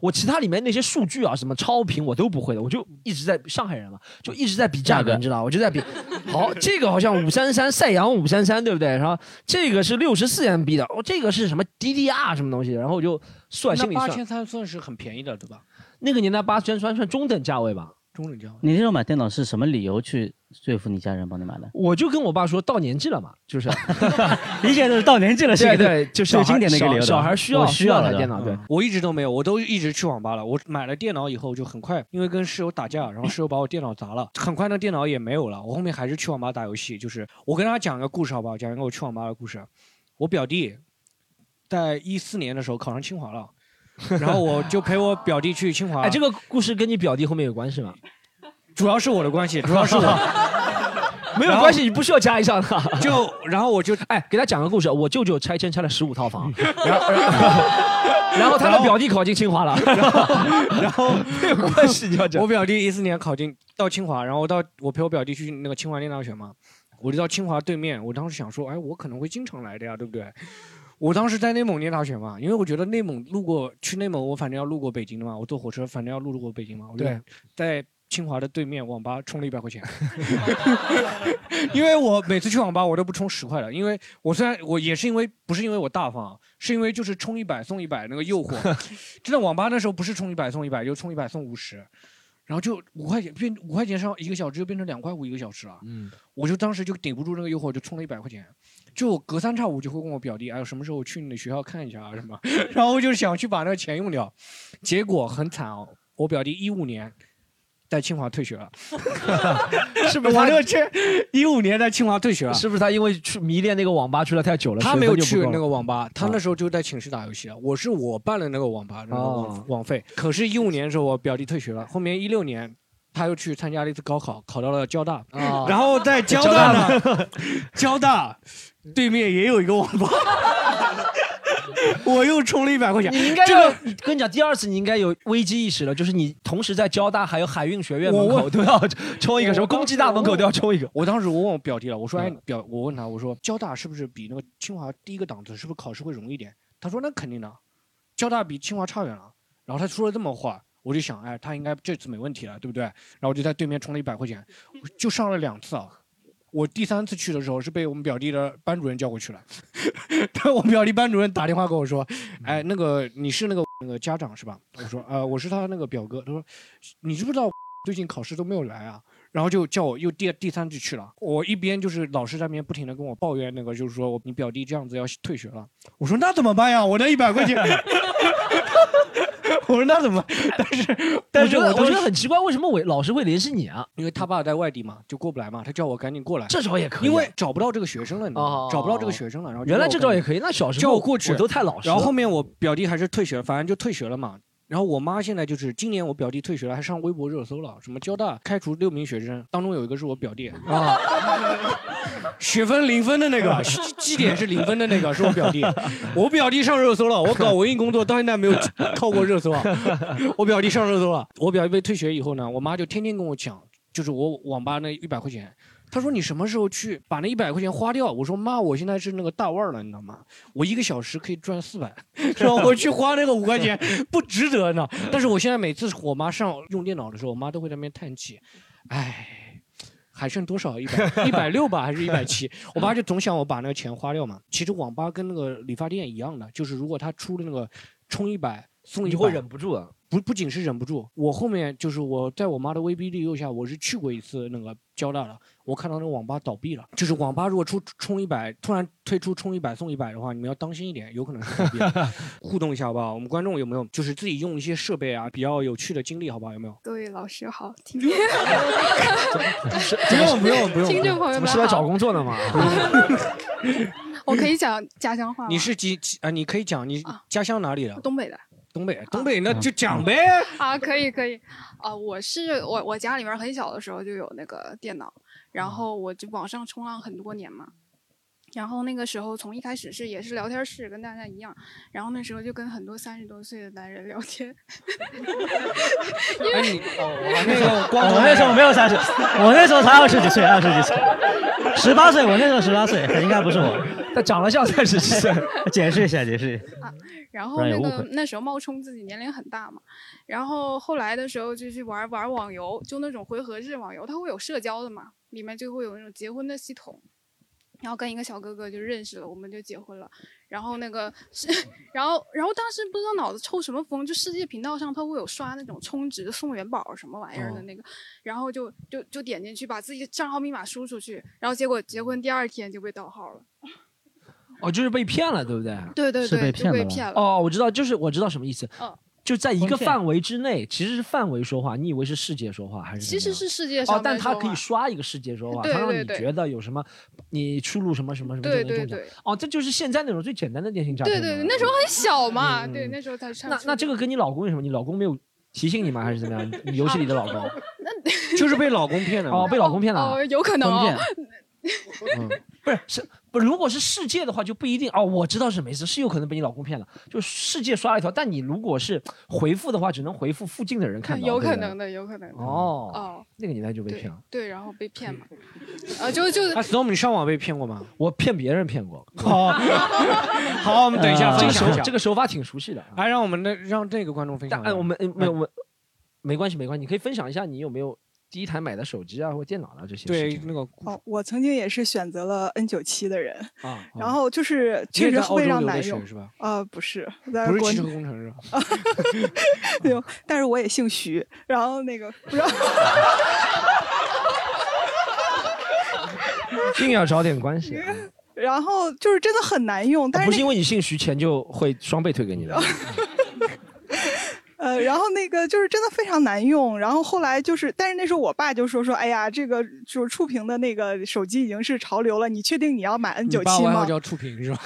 我其他里面那些数据啊，什么超频我都不会的，我就一直在上海人嘛，就一直在比价价格，格你知道，我就在比。 好，这个好像五三三赛扬五三三，对不对？然后这个是六十四 MB 的，哦，这个是什么 DDR 什么东西？然后我就算心那里八算，千三算是很便宜的，对吧？那个年代八千算算中等价位吧。中等价位。你那时候买电脑是什么理由去说服你家人帮你买的？我就跟我爸说，到年纪了嘛，就是啊 理解就是 到年纪了，是对一个对，最就小孩经典的一个理由小的小孩需要嗯我需要台的电脑，对。嗯我一直都没有，我都一直去网吧了。我买了电脑以后就很快，因为跟室友打架，然后室友把我电脑砸了，很快那电脑也没有了。我后面还是去网吧打游戏，就是我跟大家讲一个故事好不好？讲一个我去网吧的故事。我表弟在一四年的时候考上清华了，然后我就陪我表弟去清华。哎，这个故事跟你表弟后面有关系吗？ 主要是我的关系，主要是我。没有关系，你不需要加一上的。就然后我就哎，给他讲个故事，我舅舅拆迁拆了十五套 房，然后然后 然后他的表弟考进清 华了， 然后 没有关系，你要讲我。表弟一四年考进到清华，然后到我陪我表弟去那个清华念大学嘛，我就到清华对面，我当时想说，哎，我可能会经常来的呀，对不对？我当时在内蒙念大学嘛，因为我觉得内蒙路过去内蒙，我反正要路过北京的嘛，我坐火车反正要路过北京嘛，我就对在清华的对面网吧充了一百块钱， 因为我每次去网吧我都不充十块的，因为我虽然我也是因为不是因为我大方啊，是因为就是充一百送一百那个诱惑，真的网吧那时候不是充一百送一百，就充一百送五十。然后就五块钱变五块钱上一个小时，就变成两块五一个小时了。嗯，我就当时就顶不住那个诱惑，就充了一百块钱。就我隔三差五就会问我表弟，哎，什么时候去你的学校看一下啊什么？ 然后我就想去把那个钱用掉，结果很惨哦，我表弟一五年在清华退学了，是不我是他那个这一五年在清华退学了。是不是他因为去迷恋那个网吧去了太久了？他没有去学分就不那够个了网吧，他那时候就在寝室打游戏了。啊我是我办了那个网吧那个哦网网费，啊可是，一五年的时候我表弟退学了，后面一六年他又去参加了一次高考，考到了交大。哦然后啊在交大呢， 交大对面也有一个网吧， 我又充了一百块钱。你应该这要个，你跟你讲，第二次你应该有危机意识了，就是你同时在交大还有海运学院门我口问都要冲一个，什么公鸡大门口都要冲一个。嗯我当时我问我表弟了，我说哎表，我问他我说交大是不是比那个清华第一个档次是不是考试会容易一点？他说那肯定的，交大比清华差远了。然后他说了这么话，我就想哎，他应该这次没问题了，对不对？然后我就在对面充了一百块钱，我就上了两次啊。我第三次去的时候是被我们表弟的班主任叫过去了， 但我们表弟班主任打电话跟我嗯说，哎，那个你是那个那个家长是吧？我说呃，我是他那个表哥。他说你知不知道最近考试都没有来啊？然后就叫我又第第三次去了，我一边就是老师在那边不停的跟我抱怨那个，就是说我你表弟这样子要退学了，我说那怎么办呀？我那一百块钱， 我说那怎么办？ 但是但是我觉得当我时觉得很奇怪，为什么我老师会联系你啊？因为他爸在外地嘛，就过不来嘛，他叫我赶紧过来，这招也可以啊，因为找不到这个学生了，你知道哦哦吗哦找不到这个学生了，然后就原来叫我这招赶紧也可以。那小时候叫我过去我都太老实了。然后后面我表弟还是退学了，反正就退学了嘛。然后我妈现在就是今年我表弟退学了，还上微博热搜了，什么交大开除六名学生，当中有一个是我表弟啊， 学分零分的那个，绩绩点是零分的那个是我表弟，我表弟上热搜了，我搞文艺工作到现在没有 靠过热搜啊， 我表弟上热搜了，我表弟被退学以后呢，我妈就天天跟我讲，就是我网吧那一百块钱。她说：“你什么时候去把那一百块钱花掉？”我说：“妈，我现在是那个大腕儿了，你知道吗？我一个小时可以赚四百，然后我去花那个五 块钱不值得呢。但是我现在每次我妈上用电脑的时候，我妈都会在那边叹气，唉，还剩多少？一百一百六吧，还是一百七？我妈就总想我把那个钱花掉嘛。其实网吧跟那个理发店一样的，就是如果他出了那个充一百送你一就会百，忍不住啊。不不仅是忍不住，我后面就是我在我妈的威逼利诱下，我是去过一次那个交大的，我看到那个网吧倒闭了。就是网吧如果出充一百，突然推出充一百送一百的话，你们要当心一点，有可能是倒闭了。互动一下好不好？我们观众有没有就是自己用一些设备啊，比较有趣的经历好不好？ 有没有？ 各位老师好，听不用不用不听众朋友怎么们是在找好，啊工作呢嘛？我可以 讲家乡话吗，你是几几啊？你可以讲你啊家乡哪里的？东北的东啊北，东北那就讲呗。啊？可以可以啊、我是我我家里面很小的时候就有那个电脑，然后我就网上冲浪很多年嘛。然后那个时候从一开始是也是聊天室，跟大家一样。然后那时候就跟很多三十多岁的男人聊天， 哎你哦，那个光头我那时候没有三十，我那时候才二十几岁，二十几岁，十八岁，我那时候十八岁，应该不是我。他长得像三十几岁，解释一下，解释一下。然不后然那有误个会那时候冒充自己年龄很大嘛，然后后来的时候就去玩玩网游，就那种回合制网游，它会有社交的嘛，里面就会有那种结婚的系统。然后跟一个小哥哥就认识了，我们就结婚了。然后那个是， 然后然后当时不知道脑子抽什么风，就世界频道上它会有刷那种充值送元宝什么玩意儿哦的那个，然后就就就点进去把自己的账号密码输出去，然后结果结婚第二天就被盗号了。哦，就是被骗了，对不对？对对是对，被就骗被了吧骗了。哦，我知道，就是我知道什么意思嗯。就在一个封建范围之内，其实是范围说话，你以为是世界说话还是怎么其样？实是世界上哦，但的他说可以法刷一个世界说话，对他让对你对觉得有什么，你出入什么什么什么对就能对中奖。对，哦，这就是现在那种最简单的电信诈对骗嘛。对对，那时候很小嘛，嗯对，嗯那时候才上那初那这中个跟你老公有什么？你老公没有提醒你吗？还是怎么样？你游戏里的老公？ 那 就是被老公骗的哦，被老公骗了啊，哦，有可能婚哦骗。嗯不是是不？如果是世界的话，就不一定哦。我知道是没事，是有可能被你老公骗了。就世界刷了一条，但你如果是回复的话，只能回复附近的 人看到，有对可不对能。的，有可能的。哦哦，那个年代就被对骗了。对，然后被骗嘛， 呃，就就啊，Storm，你上网被骗过吗？我骗别人骗 过，好，好，我们等一下这分个享一手下这。个手法挺熟悉的。啊。哎，让我们的让这个观众分享但一下。哎，我们呃没有嗯我们没关系没关系，你可以分享一下你有没有第一台买的手机啊或电脑啊这些事对情那个哦，我曾经也是选择了 N 九七的人，啊，然后就是你确也实在澳会洲让留的难学用。是吧？呃，不是，我在不是国汽内车，工程是吧？ 对，但是我也姓徐，然后那 个不知道， 硬要找点 关系啊，然后就是真的很难用，但不是是那因为你姓徐钱就会双倍退给 你的。呃，然后那个就是真的非常难用，然后后来就是，但是那时候我爸就说说，哎呀，这个就是触屏的那个手机已经是潮流了，你确定你要买 N 你九爸七外吗号？叫触屏是吧？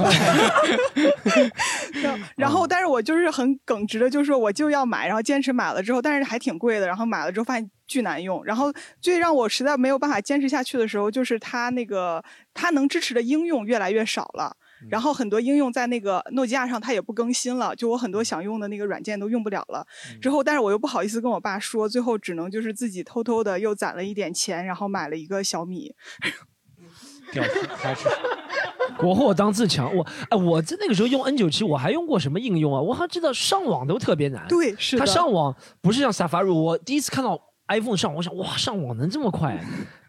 然后然后，但是我就是很耿直的，就说我就要买，然后坚持买了之后，但是还挺贵的，然后买了之后发现巨难用，然后最让我实在没有办法坚持下去的时候，就是它那个它能支持的应用越来越少了。然后很多应用在那个诺基亚上，它也不更新了，就我很多想用的那个软件都用不了了。之后，但是我又不好意思跟我爸说，最后只能就是自己偷偷的又攒了一点钱，然后买了一个小米。屌丝还是国货当自强，我哎，我在那个时候用 N 9 7我还用过什么应用啊？我好像记得上网都特别难。，对，是它的。上网不是像 Safari，我第一次看到 iPhone 上网，我想哇，上网能这 么快，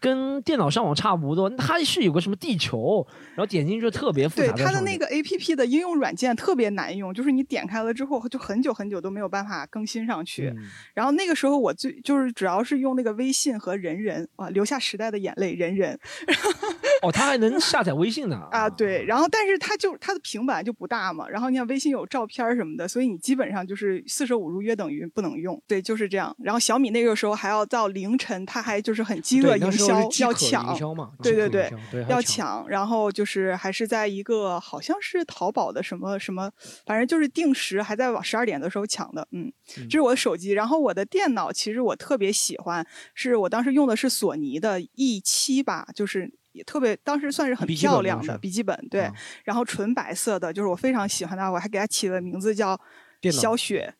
跟电脑上网差不多。它是有个什么地球，然后点进去就特别复杂对在上它面。的那个 A P P 的应用软件特别难用，就是你点开了之后就很久很久都没有办法更新上去。嗯然后那个时候我最就是主要是用那个微信和人人啊，留下时代的眼泪，人人哦，它还能下载微信呢啊，对。然后但是它就它的平板就不大嘛，然后你看微信有照片儿什么的，所以你基本上就是四舍五入约等于不能用。对，就是这样。然后小米那个时候还要到凌晨，它还就是很饥饿对那营时候销是饥要渴营抢。销嘛？对饥渴对对营销对，还要抢。抢，然后就是还是在一个好像是淘宝的什么什么，反正就是定时还在往十二点的时候抢的，嗯，这是我的手机，然后我的电脑其实我特别喜欢，是我当时用的是索尼的 E 七吧，就是。也特别，当时算是很笔记本吗漂亮的是笔记本，对，啊然后纯白色的，就是我非常喜欢它，我还给它起了名字叫电脑小雪，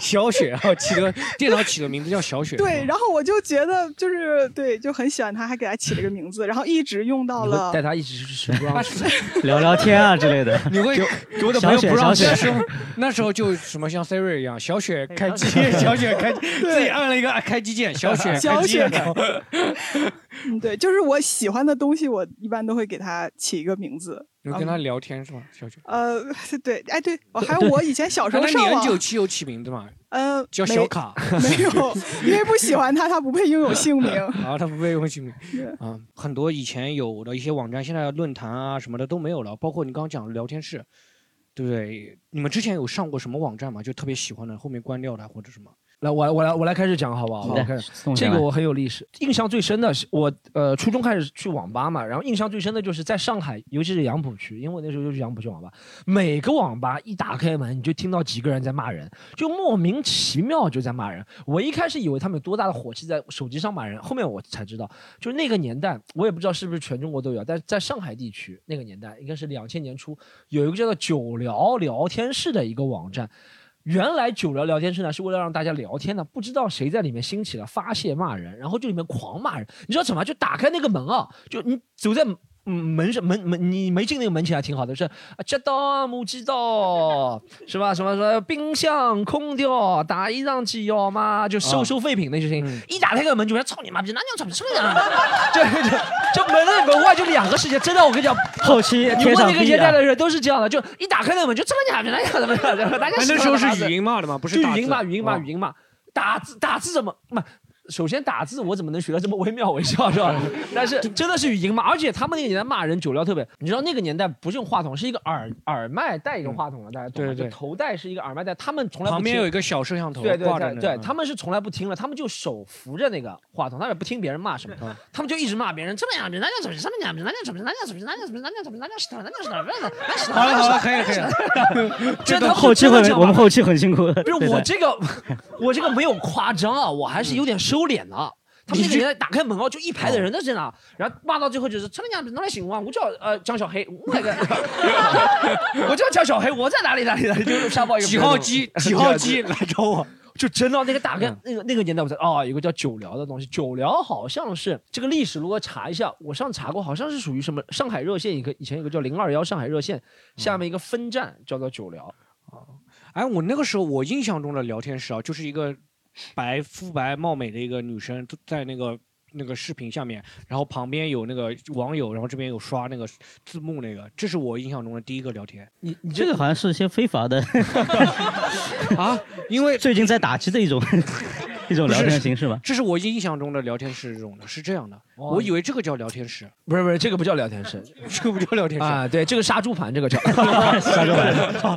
小雪，然后起了电脑起了名字叫小雪。对，然后我就觉得就是对，就很喜欢它，还给它起了个名字，然后一直用到你了 会带它一起去吃不 让聊聊天啊之类的。你会给我的朋小友雪不让小雪 那时候那时候就什么像 Siri 一样，小雪开哎机， 小雪开自己按了一个开机键，小雪小开机雪。嗯，对，就是我喜欢的东西，我一般都会给它起一个名字。嗯你会跟他聊天是吗？小雪。呃，对，哎，对，我啊还有我以前 小时那候你上 N 九网，七有起名字吗？呃，叫没小卡，没 有，因为不喜欢它，它不配 拥有姓名。然后啊他不被用起名对啊。很多以前有的一些网站，现在论坛啊什么的都没有了，包括你刚刚讲的聊天室，对不对？你们之前有上过什么网站吗？就特别喜欢的，后面关掉的或者什么？来，我来我来我来开始讲好不好？好我来开始。送这下来个我很有历史，印象最深的是我呃初中开始去网吧嘛，然后印象最深的就是在上海，尤其是杨浦区，因为我那时候就去杨浦区网吧，每个网吧一打开门你就听到几个人在骂人，就莫名其妙就在骂人。我一开始以为他们有多大的火气在手机上骂人，后面我才知道，就是那个年代，我也不知道是不是全中国都有，但是在上海地区那个年代应该是两千年初，有一个叫做九聊聊天室的一个网站。原来九聊聊天室呢是为了让大家聊天的，不知道谁在里面兴起了发泄骂人，然后就里面狂骂人。你知道怎么？就打开那个门啊，就你走在嗯门上门门，你没进那个门前还挺好的，是啊，这刀啊母鸡刀是吧？什么什么冰箱空调打一让机要嘛，就收啊收废品那些声音。嗯一打开个门就说操你妈逼，哪娘操逼什么人？这这这门内门外就两个世界，真的我跟你讲，后期你贴问上那个逼年代啊，的人都是这样的，就一打开那个门就这么娘逼，哪娘怎么样？大家哎，那时候是语音骂的吗？不就是打语字音骂，语音骂，哦语音骂，打字打字怎么骂？首先打字我怎么能学到这么惟妙惟肖是吧？但是真的是语音骂，而且他们那个年代骂人酒量特别，你知道那个年代不是用话筒，是一个耳耳麦带一个话筒的，大家懂吗？对就对头戴是一个耳麦带，他们从来不旁边听有一个小摄像头对对挂着对呢，对，他们是从来不听了，他们就手扶着那个话筒，他们也不听别人骂什么，他们就一直骂别人，这么样，那样怎么，这么样，那样怎么，那样怎么，那样怎么，那样怎么，那样怎么，那样怎么，那样怎么，好 了好了，可以了可以了，这他后期会，我们后期很辛苦。不对是的我这个，我这个没有夸张啊，我还是有点收敛的嗯啊。他们那个年代打开门哦，就一排的人都在那，然后骂到最后就是这么样子，哪里行啊？我叫呃张小黑，我那个， 我叫张小黑，我在哪里哪里哪 里，就是沙暴一个几号机 几号机嗯来找我，就真的那个打开、那个那个年代，我才哦，有个叫九聊的东西。九聊好像是这个历史，如果查一下，我上查过，好像是属于什么上海热线一个以前有个叫零二幺上海热嗯线下面一个分站叫做九聊。哎，我那个时候我印象中的聊天室啊，就是一个白肤白貌美的一个女生都在那个那个视频下面，然后旁边有那个网友，然后这边有刷那个字幕那个，这是我印象中的第一个聊天你你这个好像是一些非法的， 啊，因为最近在打击的一 种一种不聊是天形式吧。这是我印象中的聊天室这种的，是这样的，哦我以为这个叫聊天室，不是不是，这个不叫聊天室 这个不叫聊天室。啊，对，这个杀猪盘，这个 叫杀猪盘，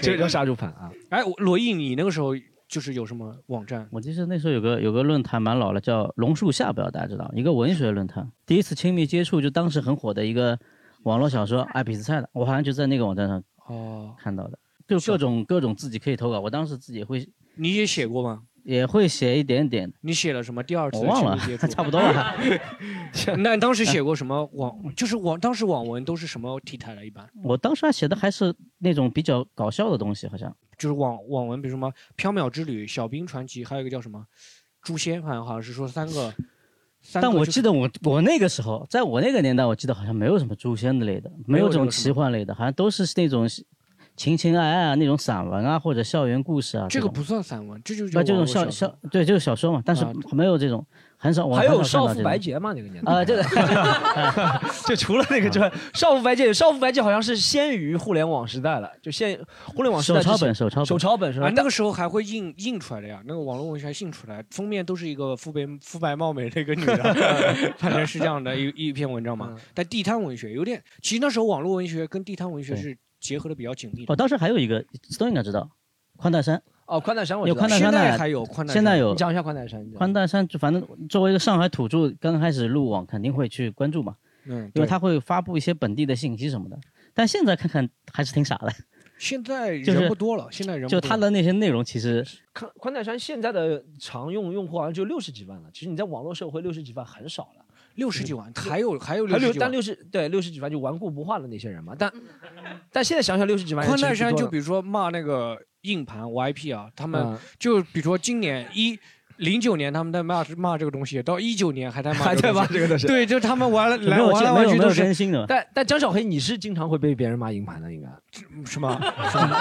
这个叫杀猪盘啊。哎，我罗毅，你那个时候就是有什么网站？我记得那时候有个有个论坛蛮老了，叫榕树下，不知道大家知道，一个文学论坛。第一次亲密接触就当时很火的一个网络小说《爱比斯菜》的，我好像就在那个网站上哦，看到的，就各种各种自己可以投稿。我当时自己会你也写过吗？也会写一点点，你写了什么？第二次我忘了亲密接，触 差不多了。 那你当时写过什么网？就是网当时网文都是什么题材了？一般我当时还写的还是那种比较搞笑的东西，好像就是网网文，比如什么《缥缈之旅》《小兵传奇》，还有一个叫什么《诛仙》，好像好像是说三个。三个但我就是记得我我那个时候，在我那个年代，我记得好像没有什么诛仙的类的，没有这种奇幻类的，好像都是那种情情爱爱啊，那种散文啊或者校园故事啊。这个种不算散文，这就叫那这网种络小小小对就是小说嘛，但是啊没有这种很少。我还有很少看少到妇这白种洁嘛，那个年代呃啊， 这个 就除了那个之外，少妇白洁，少妇白洁好像是先于互联网时代了，就现互联网时手代之抄前本，手抄手本。抄本是吧啊，？那个时候还会印印出来的呀，那个网络文学还印出来，封面都是一个 肤白肤白貌美的一 个女的，反正是这 样的一一篇文章嘛嗯。但地摊文学有点，其实那时候网络文学跟地摊文学对是结合的比较紧密我的。哦当时还有一个都应该知道，宽带山。哦，宽带山我有知道宽。带现山在呢还有宽带山，现在有你讲一下宽带山，你讲宽带山，就反正作为一个上海土著，刚开始入网肯定会去关注嘛，嗯，因对为他会发布一些本地的信息什么的。但现在看看还是挺傻的，现在就人是不多了，现在人就不多他了的那些内容其实宽宽带山现在的常用用户好像就六十几万了，其实你在网络社会六十几万很少了，六十几万，还有还有还有十六几但万。六十对六十几万就顽固不化的那些人嘛，但 但现在想想六十几万人宽带山其实就不多 嗯比如说骂那个硬盘 YP 啊，他们了就比如说今年一零九年他们在骂骂这个东西，到一九年还在嗯骂还这在个东骂西这个东西。 对，就他们玩来没来有玩来没玩有去没都有是更新的。但但张小黑，你是经常会被别人骂硬盘的，应该什么？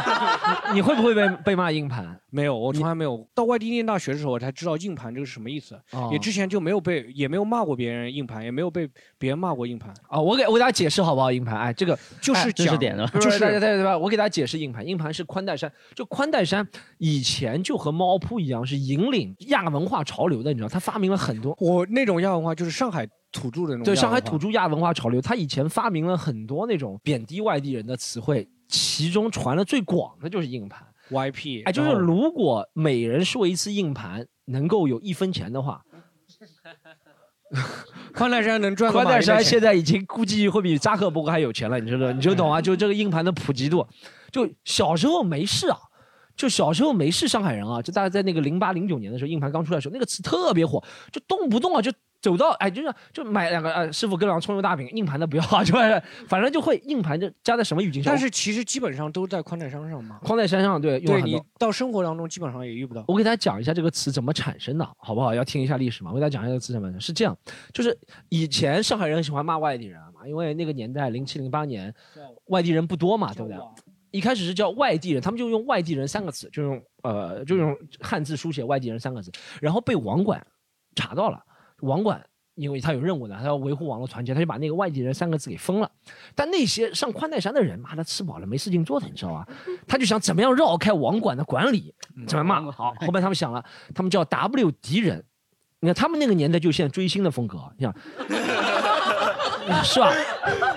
你会不会被被骂硬盘？没有，我从来没有。到外地念大学的时候，我才知道硬盘这个是什么意思。哦也之前就没有被，也没有骂过别人硬盘，也没有被别人骂过硬盘，啊，我给我给大家解释好不好？硬盘，哎，这个就是哎知识讲点的吧不就是是大家对对吧？我给大家解释硬盘，硬盘是宽带山，就宽带山以前就和猫扑一样，是引领亚文啊化潮流的，你知道，他发明了很多。我那种亚文化，就是上海土著的那种。对上海土，著亚文化潮流，他以前发明了很多那种贬低外地人的词汇，其中传的最广的就是硬盘。 YP，哎，就是如果每人说一次硬盘能够有一分钱的话， 宽带山能赚个宽带马云的山钱现在已经估计会比扎克伯格还有钱了，你 知道，你就懂啊，就这个硬盘的普及度，就小时候没事啊。就小时候没事，上海人啊，就大概在那个零八零九年的时候，硬盘刚出来的时候，那个词特别火，就动不动啊就走到哎，就是就买两个呃，师傅给两个葱油大饼，硬盘的不要啊，就是反正就会硬盘就加在什么语境下，但是其实基本上都在宽带山上嘛。框在山上对用了对很你多。到生活当中基本上也遇不到。我给大家讲一下这个词怎么产生的，好不好？要听一下历史嘛。我给大家讲一下这个词怎么产生。是这样，就是以前上海人喜欢骂外地人啊嘛，因为那个年代零七零八年，外地人不多嘛，对不对？一开始是叫外地人，他们就用外地人三个字，就用呃就用汉字书写外地人三个字，然后被网管查到了，网管。因为他有任务的，他要维护网络团结，他就把那个外地人三个字给封了。但那些上宽带山的人，妈的吃饱了没事情做的，你知道吧？他就想怎么样绕开网管的管理，怎么骂？好，后面他们想了，他们叫 W 敌人，你看他们那个年代就现在追星的风格，你想， 是吧？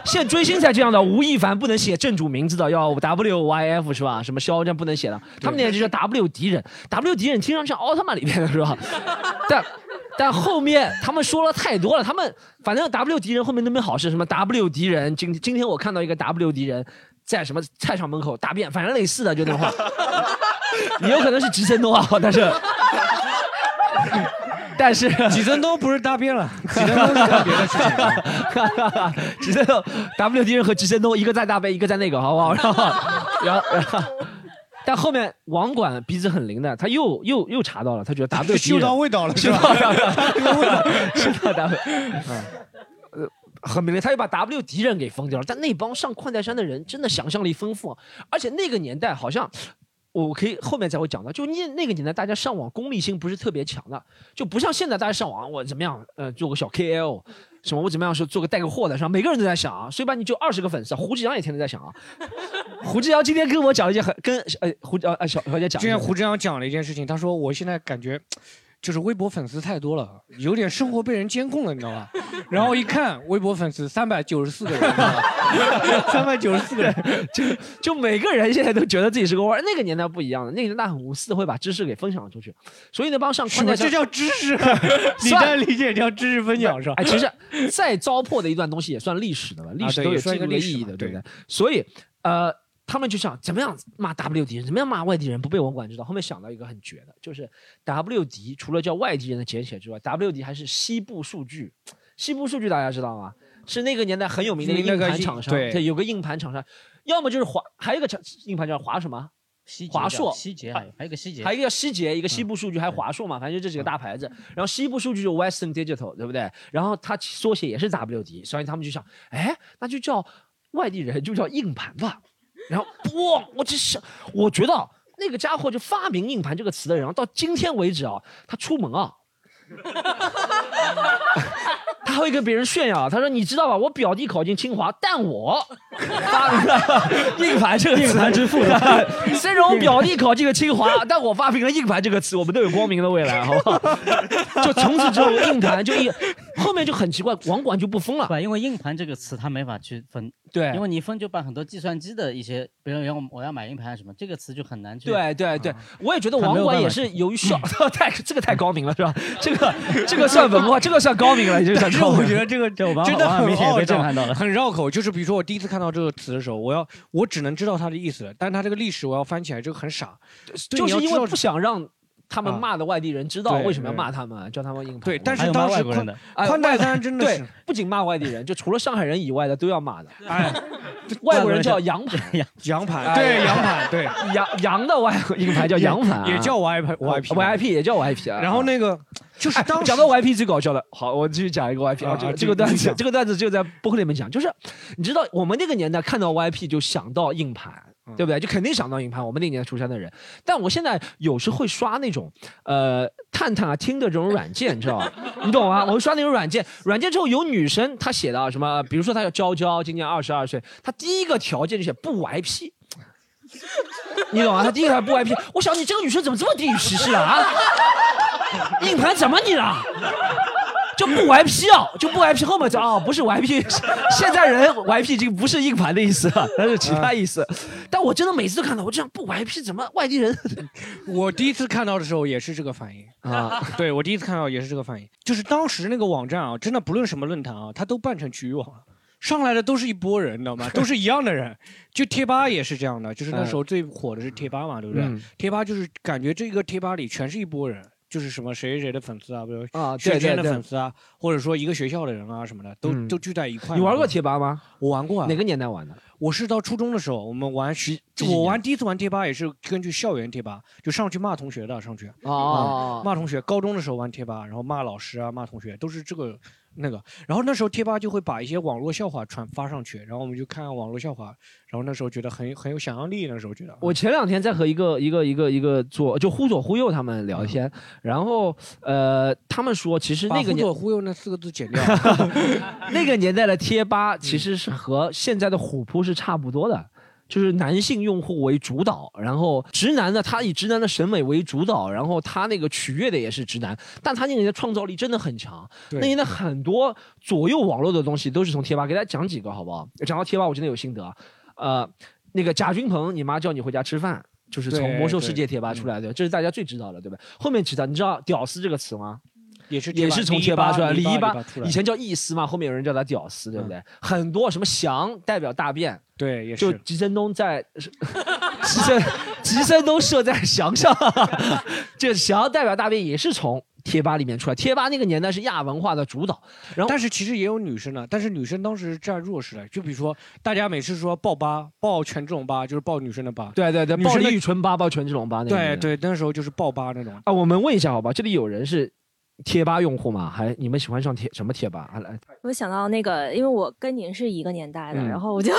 现在追星才这样的，吴亦凡不能写正主名字的，要 W Y F 是吧？什么肖战不能写的，他们那个就叫 W 敌人，W 敌人听上去像奥特曼里面的是吧？ 但但后面他们说了太多了，他们反正 W 敌人后面都没好事，什么 W 敌人，今今天我看到一个 W 敌人在什么菜场门口大便，反正类似的就那种话，也有可能是吉森东啊，但 是。但是几分钟不是大便了，几分钟是干别的事情。 直接啊 W 敌人和直升东一个在大杯，一个在那个，好不 好？然后，然后，然后，但后面网管鼻子很灵的，他又又又查到了，他觉得 W 敌嗅人到味道了嗅是到吧 W 味道，嗅到 W，嗯呃很明显，他又把 W 敌人给封掉了。但那帮上矿台山的人真的想象力丰富啊，而且那个年代好像。我可以后面才会讲到，就那那个年代，大家上网功利性不是特别强的，就不像现在大家上网，我怎么样，呃，做个小 KL，什么我怎么样说做个带个货的，是吧？每个人都在想啊，所以吧，你就二十个粉丝，胡志阳也天天在想啊。胡志阳今天跟我讲了一件很跟呃胡呃呃小小姐讲之一下，前胡志阳讲了一件事情，他说我现在感觉就是微博粉丝太多了，有点生活被人监控了，你知道吧？然后一看微博粉丝三百九十四个人，三百九十四个人，就就每个人现在都觉得自己是个弯儿。那个年代不一样的，那个年代很无私，会把知识给分享出去。所以那帮上什宽么带这山叫知 识？你算这理解叫知识分享是吧？啊哎，其实再糟粕的一段东西也算历史的了，历史对都也有算记一个录的历史意义嘛的，对不对？所以呃，他们就想怎么样骂 W 敌人，怎么样骂外地人不被网管知道。后面想到一个很绝的，就是 W 敌除了叫外地人的简写之外，W 敌还是西部数据。西部数据大家知道吗？是那个年代很有名的一个嗯那硬个盘硬厂商，对对，有个硬盘厂商，要么就是华，还有一个厂硬盘叫华什么？西捷华叫硕，西捷还有还有一个西捷，嗯还有一个叫西捷，一个西部数据，还有华硕嘛，反正就这几个大牌子。然后西部数据就 Western Digital，对不对？然后它缩写也是 WD，所以他们就想，哎，那就叫外地人就叫硬盘吧。然后哇，我这想，我觉得啊那个家伙就发明硬盘这个词的人啊，到今天为止啊，他出门啊，他会跟别人炫耀，他说：“你知道吧？我表弟考进清华，但我发明了硬盘这个词，硬盘之父。虽然我表弟考进了清华，但我发明了硬盘这个词，我们都有光明的未来，好不好？就从此之后，硬盘就一后面就很奇怪，网管就不封了。对，因为硬盘这个词它没法去分，对因为你分就把很多计算机的一些，比如我我要买硬盘啊什么，这个词就很难去。对对对，我也觉得他没网有管办也法是由于效， 太这个太高明了是吧？这个这个算文化，这个算高明了，这个算但是高我明觉了。得这个这我把真的我把很明显也傲被震娇撼到了很绕口。就是比如说我第一次看到这个词的时候，我要我只能知道它的意思，但它这个历史我要翻起来，这个很傻。对就你是要因知道为不想让他们啊骂的外地人知道对为什么要对骂他们，叫他们硬盘。对，但还是有骂当外时国人的宽啊宽带山真的对是，，不仅骂外地人，就除了上海人以外的都要骂的。哎， 外国人叫洋盘， 羊盘，哎对羊盘，对。 洋洋的外硬盘叫洋盘啊，也叫 VIP VIP VIP VIP 也叫 VIP 啊。然后那个就是哎当时讲到 VIP 最搞笑的，好，我继续讲一个 VIP 啊啊，这个啊这个继续段继续子，讲这个段子就在播客里面讲，就是你知道我们那个年代看到 VIP 就想到硬盘，嗯对不对？就肯定想到硬盘，我们那个年代出生的人。但我现在有时会刷那种呃探探啊、听的这种软件，你知道吧？你懂吗？我 会刷那种软件，软件之后有女生她写的啊什么，比如说她叫娇娇，今年二十二岁，她第一个条件就写不 VIP。你懂吗？啊她第一个条件不 VIP，我想你这个女生怎么这么地域歧视啊？啊硬盘怎么你了？就不 YP 啊，就不 YP 后面就啊，不是 YP，现在人 YP 已经不是硬盘的意思了，那是其他意思。 但我真的每次都看到，我就想不 YP 怎么外地人 我第一次看到的时候也是这个反应，啊？对我第一次看到也是这个反应，就是当时那个网站啊，真的不论什么论坛啊，它都办成局域网了。上来的都是一波人，你知 道吗？都是一样的人，就贴吧也是这样的，就是那时候最火的是贴吧嘛，对不对？嗯贴吧就是感觉这个贴吧里全是一波人，就是什么谁谁谁的粉丝啊，比如啊对学对圈的对粉丝啊，或者说一个学校的人啊什么的，都、嗯都聚在一块。你玩过？贴吧吗？我玩过啊。哪个年代玩的？我是到初中的时候，我们玩学，这几年我玩第一次玩贴吧也是根据校园贴吧，就上去骂同学的，上去哦骂同学。高中的时候玩贴吧，然后骂老师啊，骂同学，都是这个那个。然后那时候贴吧就会把一些网络笑话传发上去，然后我们就看网络笑话，然后那时候觉得很很有想象力，那时候觉 得。我前两天在和一个一个一个一个左就忽左忽右他们聊天，然后呃，他们说其实把那个忽年 左忽右那四个字剪掉， 那个年代的贴吧其实是和现在的虎扑是差不多的。就是男性用户为主导，然后直男呢，他以直男的审美为主导，然后他那个取悦的也是直男，但他那年的创造力真的很强。对那年的很多左右网络的东西都是从贴吧，给大家讲几个好不好？讲到贴吧，我真的有心得啊。呃，那个贾君鹏，你妈叫你回家吃饭，就是从对魔兽对世界贴吧出来的，这是大家最知道的，对吧？后面知道，你知道“屌丝”这个词吗？也是也是从贴吧出来，李李一一吧吧出来的以前叫一丝嘛，后面有人叫他屌丝，对不对？很多什么翔代表大便，嗯对也就是吉森东在， 吉森吉森东射在翔上， 这翔代表大便也是从贴吧里面出来，贴吧那个年代是亚文化的主导，然后但是其实也有女生的，但是女生当时占弱势的。就比如说，大家每次说报吧、报权志龙吧，就是报女生的吧。对对对，女暴生的力与纯吧，暴权志龙吧，那个对年代对，那时候就是报吧那种。啊，我们问一下好吧，这里有人是贴吧用户吗？还你们喜欢上贴什么贴吧？啊来， 我想到那个，因为我跟您是一个年代的，嗯然后 我就，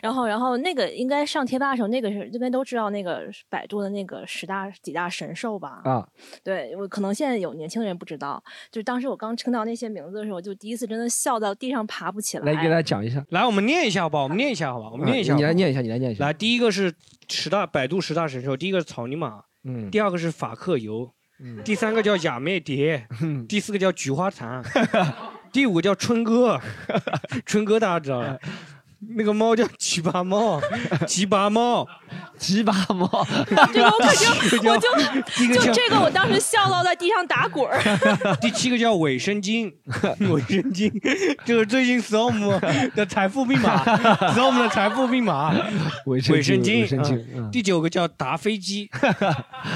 然后然后那个应该上贴吧的时候，那个是这边都知道那个百度的那个十大几大神兽吧？啊，对我可能现在有年轻人不知道，就是当时我刚听到那些名字的时候，我就第一次真的笑到地上爬不起来。来给大家讲一下，啊来，我们念一下好不好？我们念一下好吧？我们念一下好你不好。来念一下，你来念一下，来，第一个是十大百度十大神兽，第一个是草泥马，嗯第二个是法克油，嗯第三个叫雅妹蝶，第四个叫菊花残， 第五个叫 春哥，春哥大家知道了。那个猫叫吉 巴猫，吉巴猫，吉巴猫，这个我感觉 我就一个就叫这个，我当时笑到在地上打滚 儿。 第七个叫伪生金，伪生金，这是最近 Storm 的财富密码，Storm 的财富密码，伪伪生金，金伪，圣经，嗯嗯第九个叫达 飞机，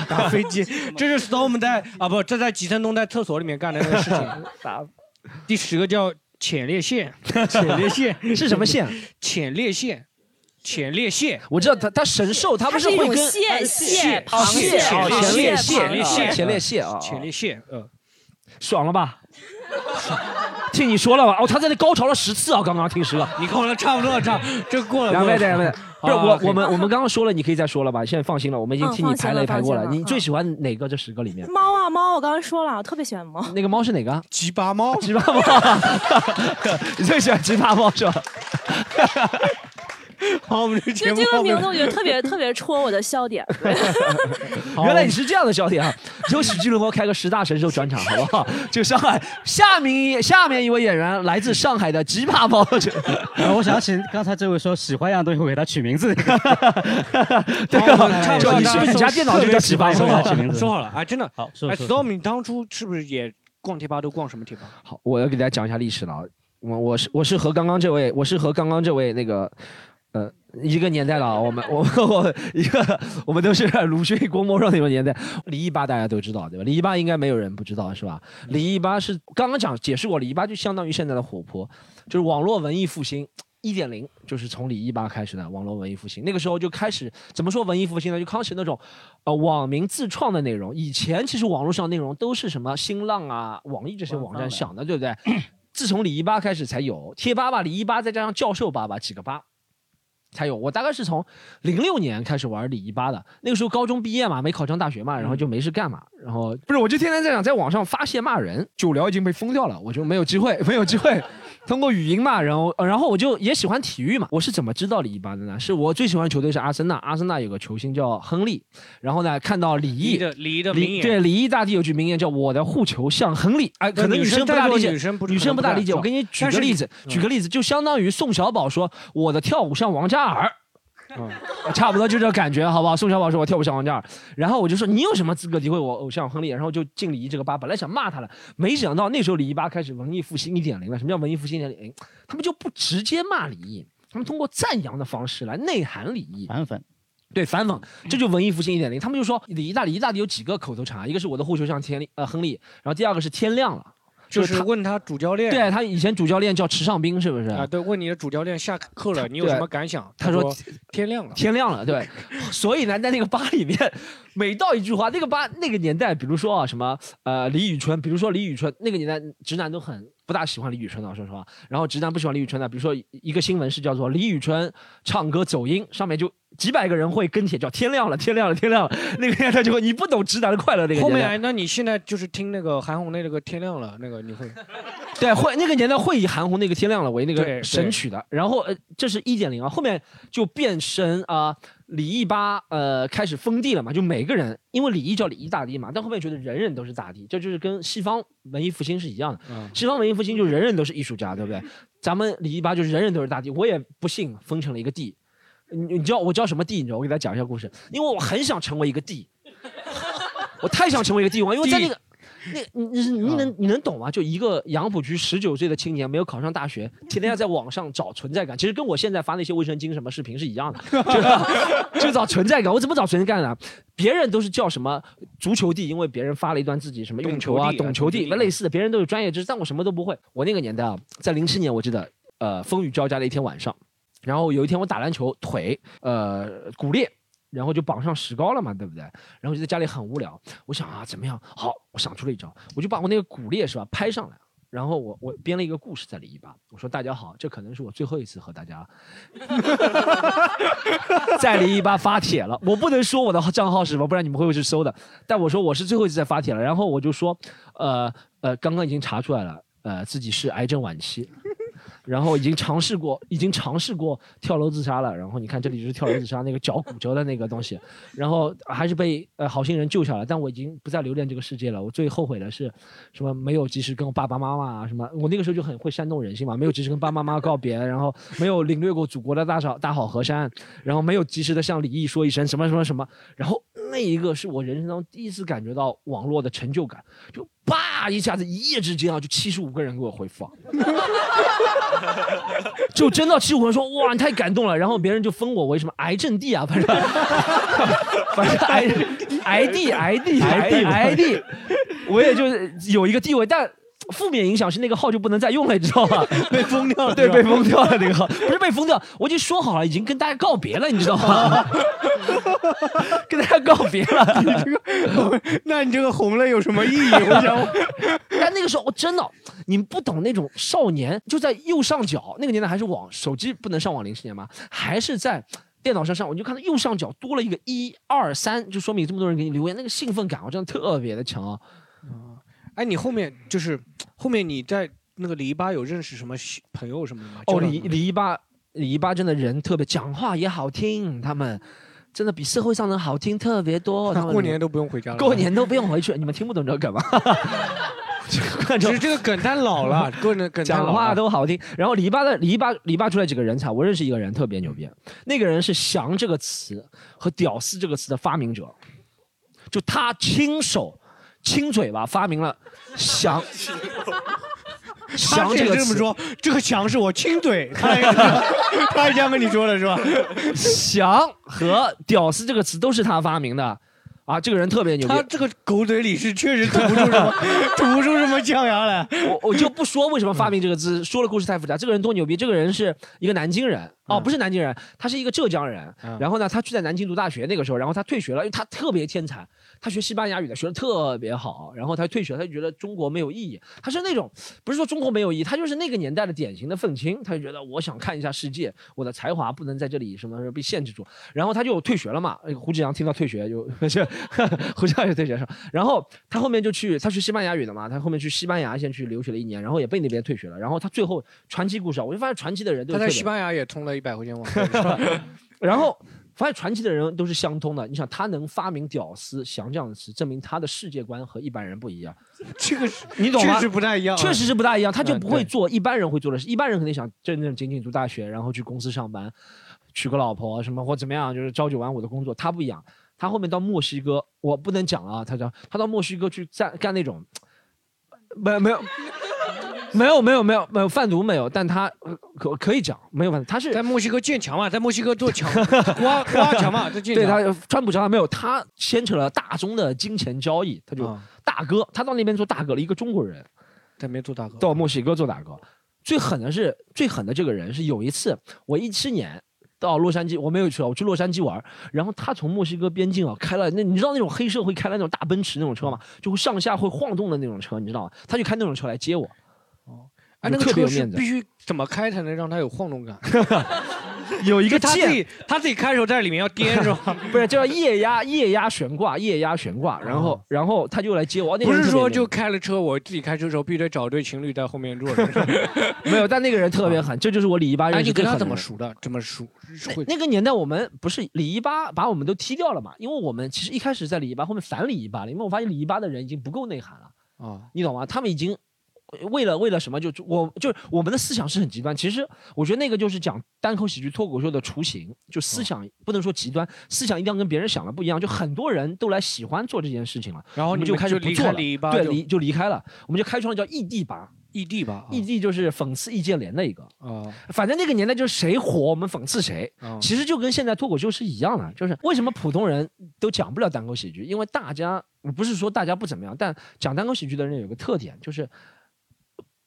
达飞机，这是 Storm 在啊不，这在吉森东在厕所里面干的那个 事情。第十个叫浅裂线，浅裂线是什么线？浅裂线，浅裂线。我知道他他神兽，他不它是一会种跟蟹它是蟹哎哦螃蟹蟹哦螃前列蟹蟹螃蟹啊前列蟹啊，前列腺，嗯，爽了吧？听你说了吧？哦，他在那高潮了十次啊，刚刚听十个。哦你跟我说差不多了，差这过了。两过位了的，两位的，不是好我好， 我们我们刚刚说了，你可以再说了吧？现在哦放心了，我们已经嗯替你放心排了排过放心了你最喜欢哪个？这十个里面，猫啊猫，我刚刚说了，我特别喜欢猫。那个猫是哪个？吉巴 猫，吉巴猫，你最喜欢吉巴猫是吧？ 好，我们这节就目这到个这名字，我觉得特别特别戳我的笑点。好原来你是这样的，小铁啊！以后喜剧联播开个十大神兽专场，好不好？就上海，下面下面一位演员来自上海的吉巴猫，就啊我想起刚才这位说喜欢一样东西，我给他取名 字。对好我们吧？差不就多你是不是你家电脑就叫吉巴收说好猫好了？起名了，字说好了啊，真的。好，说哎说，Storm，你当初是不是也逛贴吧都逛什么贴吧？好，我要给大家讲一下历史了啊。我我是我是和刚刚这位，我是和刚刚这位那个，呃，一个年代了啊。我们我我一个我们都是 鲁迅、郭沫若那种年代。李一吧大家都知道对吧？李一吧应该没有人不知道是吧？李一吧是刚刚讲解释过，李一吧就相当于现在的火坡，就是网络文艺复兴。一点零就是从李一吧开始的网络文艺复兴，那个时候就开始怎么说文艺复兴呢？就开始那种呃网民自创的内容。以前其实网络上内容都是什么新浪啊、网易这些官网方站的想的，对不对？自从李一吧开始才有贴吧吧、李一吧，再加上教授吧吧几个吧。才有，我大概是从零六年开始玩李一吧的，那个时候高中毕业嘛，没考上大学嘛，然后就没事干嘛，然后嗯不是，我就天天在想在网上发泄骂人，九聊已经被封掉了，我就没有机会，没有机 会通过语音嘛，然后呃然后我就也喜欢体育嘛，我是怎么知道李一吧的呢？是我最喜欢球队是阿森纳，阿森纳有个球星叫亨利，然后呢看到李李毅。的李的名李言，对李毅大帝有句名言叫“我的护球像亨利”，哎，可能女生不大在座理解，女生不女生不大理解。我给你你举但个是嗯例你子，举个例子，就相当于宋小宝说我的跳舞像王嘉尔。嗯 差不多就这感觉，好不好？宋小宝说我跳舞像王嘉尔，然后我就说你有什么资格诋毁我偶像亨利？然后就进李一这个吧，本来想骂他了，没想到那时候李一吧开始文艺复兴一点零了。什么叫文艺复兴一点零？他们就不直接骂李毅，他们通过赞扬的方式来内涵李毅。反粉，对反讽，这就文艺复兴一点零。他们就说李一大李一大有几个口头禅，一个是我的护球像天利呃亨利，然后第二个是天亮了，就是他问他主教练，对他以前主教练叫池尚斌，是不是？啊，对，问你的主教练下课了，你有对什么感想？他说说天亮了，天亮了，对。所以呢，在那个吧里面，每到一句话，那个吧那个年代，比如说啊什么呃李宇春，比如说李宇春，那个年代直男都很不大喜欢李宇春的，说实话。然后直男不喜欢李宇春的，比如说一个新闻是叫做李宇春唱歌走音，上面就几百个人会跟帖叫天亮了，天亮了，天亮了。那个年代就会你不懂直男的快乐那个后年面代。哎，那你现在就是听那个韩红的那个《天亮了》那个，你会 对，会那个年代会以含糊那个天亮了为那对个神曲的，然后呃，这是一点零啊，后面就变身啊、李毅吧，呃，开始封地了嘛，就每个人，因为李毅叫李毅大帝嘛，但后面觉得人人都是大帝，这就是跟西方文艺复兴是一样的，嗯西方文艺复兴就人人都是艺术家，对不对？咱们李毅吧就是人人都是大帝，我也不信封成了一个帝，你你知道我知道什么帝？你知道？我给大家讲一下故事，因为我很想成为一个帝，我太想成为一个帝王，因为在那个。那个你你是你能你能懂吗？就一个杨浦区十九岁的青年没有考上大学，天天在网上找存在感，其实跟我现在发那些卫生巾什么视频是一 样的，就 就找存在感。我怎么找存在感呢？别人都是叫什么足球帝，因为别人发了一段自己什么用球啊、懂球帝啊懂球帝类似的，别人都有专业知识，但我什么都不会。我那个年代啊，在零七年我记得，呃，风雨交加的一天晚上，然后有一天我打篮球，腿呃骨裂，然后就绑上石膏了嘛，对不对？然后就在家里很无聊，我想啊怎么样？好，我想出了一招，我就把我那个骨裂是吧拍上来，然后我我编了一个故事在里一把，我说大家好，这可能是我最后一次和大家 在里一把发帖了，我不能说我的账号是什么，不然你们会去搜的。但我说我是最后一次在发帖了，然后我就说，呃呃，刚刚已经查出来了，呃，自己是癌症晚期。然后已经尝试过，已经尝试过跳楼自杀了。然后你看这里就是跳楼自杀那个脚骨折的那个东西，然后还是被呃好心人救下来。但我已经不再留恋这个世界了。我最后悔的是，什么没有及时跟我爸爸妈妈啊，什么我那个时候就很会煽动人心嘛，没有及时跟爸爸妈妈告别，然后没有领略过祖国的大好大好河山，然后没有及时的向李毅说一声什么什么什么。然后那一个是我人生当中第一次感觉到网络的成就感，就叭一下子一夜之间啊，就七十五个人给我回复啊。就真到七五人说哇你太感动了，然后别人就封我为什么癌症帝啊，反正反 正癌癌帝癌帝癌帝癌帝，我也就是有一个地位，但。负面影响是那个号就不能再用了，你知道 吗？被封掉了，对，被封掉了那个号，不是被封掉，我已经说好了，已经跟大家告别了，你知道吗？ 跟大家告别 了，那你这个红了有什么意义？我想， 但那个时候我真的，你们不懂那种少年，就在右上角那个年代还是网手机不能上网零十年嘛，还是在电脑上上，我就看到右上角多了一个一二三，就说明这么多人给你留言，那个兴奋感我真的特别的强啊。哎，你后面就是后面你在那个篱笆有认识什么西朋友什么的吗？哦，交到李什么李一吧，李一吧真的人特别，讲话也好听，他们真的比社会上人好听特别 多。他们过年都不用回家了，过年都不用回去，你们听不懂这个梗吗？只是 这个梗太老了，过年梗太老讲了话都好听。然后篱笆的篱笆篱笆出来几个人才，我认识一个人特别牛逼，那个人是“翔”这个词和“屌丝”这个词的发明者，就他亲手亲嘴巴发明了“ 翔”。他翔也这个是这么词，说，这个翔是我亲嘴，他也 他也这样跟你说的是吧？翔和“屌丝”这个词都是他发明的，啊，这个人特别牛逼他。这个狗嘴里是确实吐不出什么吐不出什么象牙来。嗯我我就不说为什么发明这个字，说了故事太复杂。这个人多牛逼，这个人是一个南京人哦，不是南京人，他是一个浙江人。嗯然后呢，他去在南京读大学，那个时候，然后他退学了，因为他特别天才，他学西班牙语的学的特别好，然后他退学，他就觉得中国没有意义。他是那种不是说中国没有意义，他就是那个年代的典型的愤青，他就觉得我想看一下世界，我的才华不能在这里什么什么被限制住。然后他就退学了嘛，呃胡志阳听到退学就 就胡志阳就退学了。然后他后面就去，他学西班牙语的嘛，他后面去西班牙先去留学了一年，然后也被那边退学了。然后他最后传奇故事啊，我就发现传奇的人都他是在特别西班牙也充了一百块钱网 费，然后发现传奇的人都是相通的。你想，他能发明“屌丝”“翔”这样的词，证明他的世界观和一般人不一样，这个是你懂吗？确实不太一样啊，确实是不大一样，他就嗯不会对做一般人会做的事。一般人肯定想正正经经读大学，然后去公司上班，娶个老婆啊什么或怎么样，就是朝九晚五的工作。他不一样，他后面到墨西哥，我不能讲啊，他讲他到墨西哥去干干那种，没有没有。没有没有没有没有贩毒没有，但他呃可可以讲没有贩毒，他是在墨西哥建墙嘛，在墨西哥做 墙，挖挖墙嘛，在建对墙。他川普讲他没有，他牵扯了大宗的金钱交易，他就、啊大哥，他到那边做大哥了，一个中国人，在没做大哥，到墨西哥做打工。最狠的是，最狠的这个人是有一次，我一七年到洛杉矶，我没有去啊，我去洛杉矶玩儿，然后他从墨西哥边境啊开了那你知道那种黑社会开了那种大奔驰那种车吗？就会上下会晃动的那种车，你知道吗？他就开那种车来接我，哎，那个特别车有是面子必须怎么开才能让它有晃动感？ 有一就个他自键己他自己开手在里面要颠是吧？ 不是叫液压液压悬挂液压悬挂，然后然后他就来接我，那个哦不人是特别说牛就开了车，我自己开车的时候必须得找对情侣在后面坐着。 没有，但那个人特别狠，这就是我李一八认哎，识你跟最他狠怎么人熟的？怎么熟？那会那个年代我们不是李一八把我们都踢掉了嘛？因为我们其实一开始在李一八后面反李一八了，因为我发现李一八的人已经不够内涵了，啊，你懂吗？他们已经呃为了为了什么就我就我们的思想是很极端。其实我觉得那个就是讲单口喜剧脱口秀的雏形，就嗯思想、不能说极端，思想一定要跟别人想的不一样。就很多人都来喜欢做这件事情了，然后我们你就们开始就不离做开了，李一八对，就离就离开了，我们就开创了叫异地吧。异地吧？异地就是讽刺意见联的一个，啊反正那个年代就是谁火我们讽刺谁，啊其实就跟现在脱口秀是一样的，就是为什么普通人都讲不了单口喜剧，因为大家不是说大家不怎么样，但讲单口喜剧的人有个特点就是。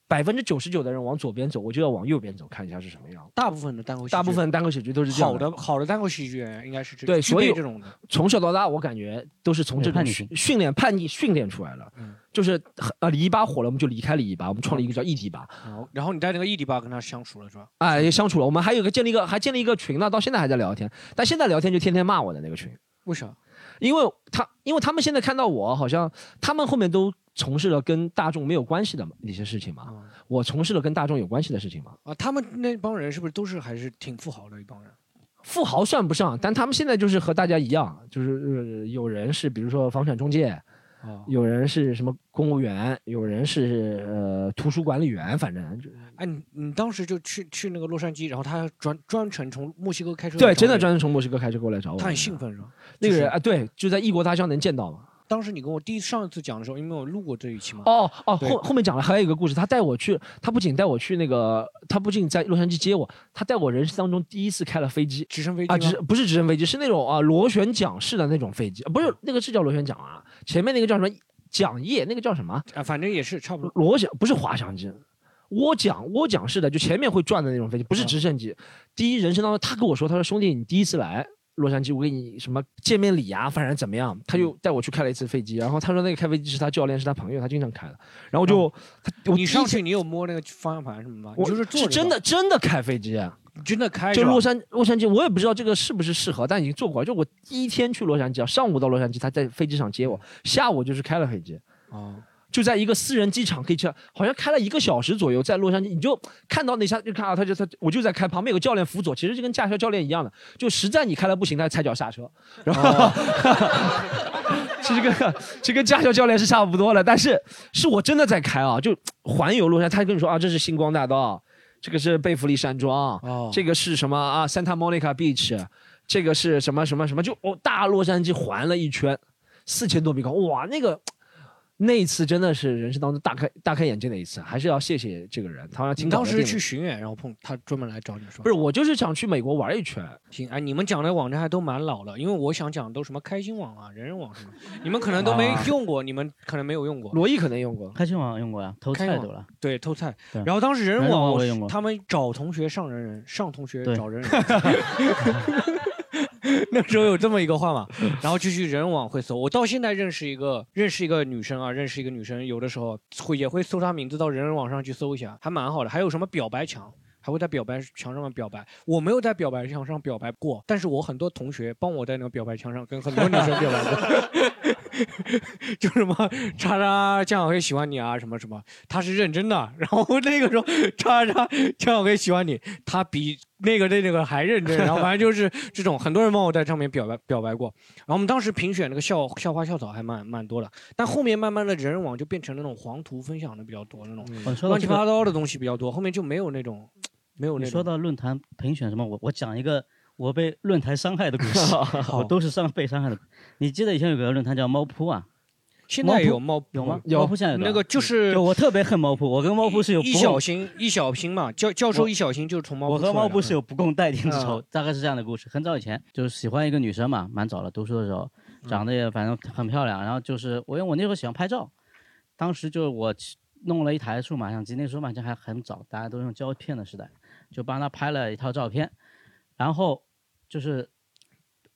百分之九十九的人往左边走，我就要往右边走，看一下是什么样。大部分的单口喜剧，大部分单口喜剧都是这样好的好的单口喜剧演员应该是这对具所备以这种的。从小到大，我感觉都是从这对叛种逆训型训练叛逆训练出来了。嗯就是呃，李一吧火了，我们就离开李一吧，我们创立一个叫异地吧。然后然后你在那个异地吧跟他相处了是吧？啊，也相处了。我们还有一个建立一个，还建立一个群呢，到现在还在聊天。但现在聊天就天天骂我的那个群，为啥？因为他，因为他们现在看到我，好像他们后面都从事了跟大众没有关系的一些事情嘛。啊我从事了跟大众有关系的事情嘛。啊，他们那帮人是不是都是还是挺富豪的一帮人？富豪算不上，但他们现在就是和大家一样，就是、呃有人是比如说房产中介，啊，有人是什么公务员，有人是呃图书管理员，反正就哎，你你当时就去去那个洛杉矶，然后他专专程从墨西哥开车来对，找真的你专，门从墨西哥开车过来找我。他很兴。奋是吧？那个就是人啊，对，就在异国他乡能见到嘛。当时你跟我第一上一次讲的时候，因为我录过这一期嘛，哦哦，对后后面讲了还有一个故事，他带我去，他不仅带我去那个，他不仅在洛杉矶接我，他带我人生当中第一次开了飞机直升飞机啊，吗直不是直升飞机，是那种啊螺旋桨式的那种飞机，啊不是那个是叫螺旋桨啊，前面那个叫什么桨叶，那个叫什么啊，反正也是差不多。螺旋，不是滑翔机。涡桨，涡桨式的，就前面会转的那种飞机，不是啊直升机。第一人生当中，他跟我说，他说兄弟，你第一次来洛杉矶，我给你什么见面礼啊，反正怎么样，他嗯就带我去开了一次飞机。然后他说那个开飞机是他教练，是他朋友，他经常开的。然后就、他我嗯你第一上次去你有摸那个方向盘什么吗？你我就是坐是着真吧的，真的开飞机，啊！你真的开就是吧洛杉洛杉矶，我也不知道这个是不是适合，但已经做过了。就我第一天去洛杉矶啊，上午到洛杉矶，他在飞机上接我，下午就是开了飞机，啊，就在一个私人机场可以去，好像开了一个小时左右，在洛杉矶，你就看到那下就看啊到他就他我就在开，旁边有个教练辅佐，其实就跟驾校教练一样的，就实在你开了不行，他踩脚刹车，然后。 其实跟其实跟驾校教练是差不多的，但是是我真的在开啊，就环游洛杉矶，他跟你说啊，这是星光大道，这个是贝弗利山庄，哦这个是什么啊？Santa Monica Beach，这个是什么什么什么？就哦，大洛杉矶环了一圈，四千多米高，哇，那个那一次真的是人生当中大开大开眼界的一次，还是要谢谢这个人，他好像挺你搞当得时定去的巡演，然后碰他专门来找你说，不是我就是想去美国玩一圈，行，哎，你们讲的网站还都蛮老了，因为我想讲都什么开心网啊、人人网什么，你们可能都没啊用过，你们可能没有用过。罗毅可能用过，开心网用过呀，偷开菜网都了。对，偷菜。对然后当时人人人人网网我我也是用过他们找同学上人人，上同学对找人人。 那时候有这么一个话嘛，然后就去人人网会搜。我到现在认识一个认识一个女生啊，认识一个女生，有的时候会也会搜她名字到人人网上去搜一下，还蛮好的。还有什么表白墙？还会在表白墙上面表白，我没有在表白墙上表白过，但是我很多同学帮我在那个表白墙上跟很多女生表白过，就什么叉叉江小黑喜欢你啊，什么什么，他是认真的。然后那个时候叉叉江小黑喜欢你，他比那个那那个还认真。然后反正就是这种，很多人帮我在上面表白表白过。然后我们当时评选那个校校花校草还蛮蛮多的，但后面慢慢的人人网就变成那种黄图分享的比较多，那种我哦说到乱七这八个，糟的东西比较多，后面就没有那种没有你那说种。到论坛评选什么，我我讲一个我被论坛伤害的 故事，我都是上被伤害的。你记得以前有个论坛叫猫扑啊，现在有猫有吗？有猫扑现在有多那少个就是就我特别恨猫扑，我跟猫扑是有一不共小新一小新嘛，教教授我一小新就是从猫我扑出和来猫的不是有不共戴天之仇嗯，大概是这样的故事。很早以前就是喜欢一个女生嘛，蛮早了，读书的时候，嗯长得也反正很漂亮。然后就是我因为我那时候喜欢拍照，当时就是我去弄了一台数码相机，那时候数码相机还很早，大家都用胶片的时代，就帮她拍了一套照片。然后就是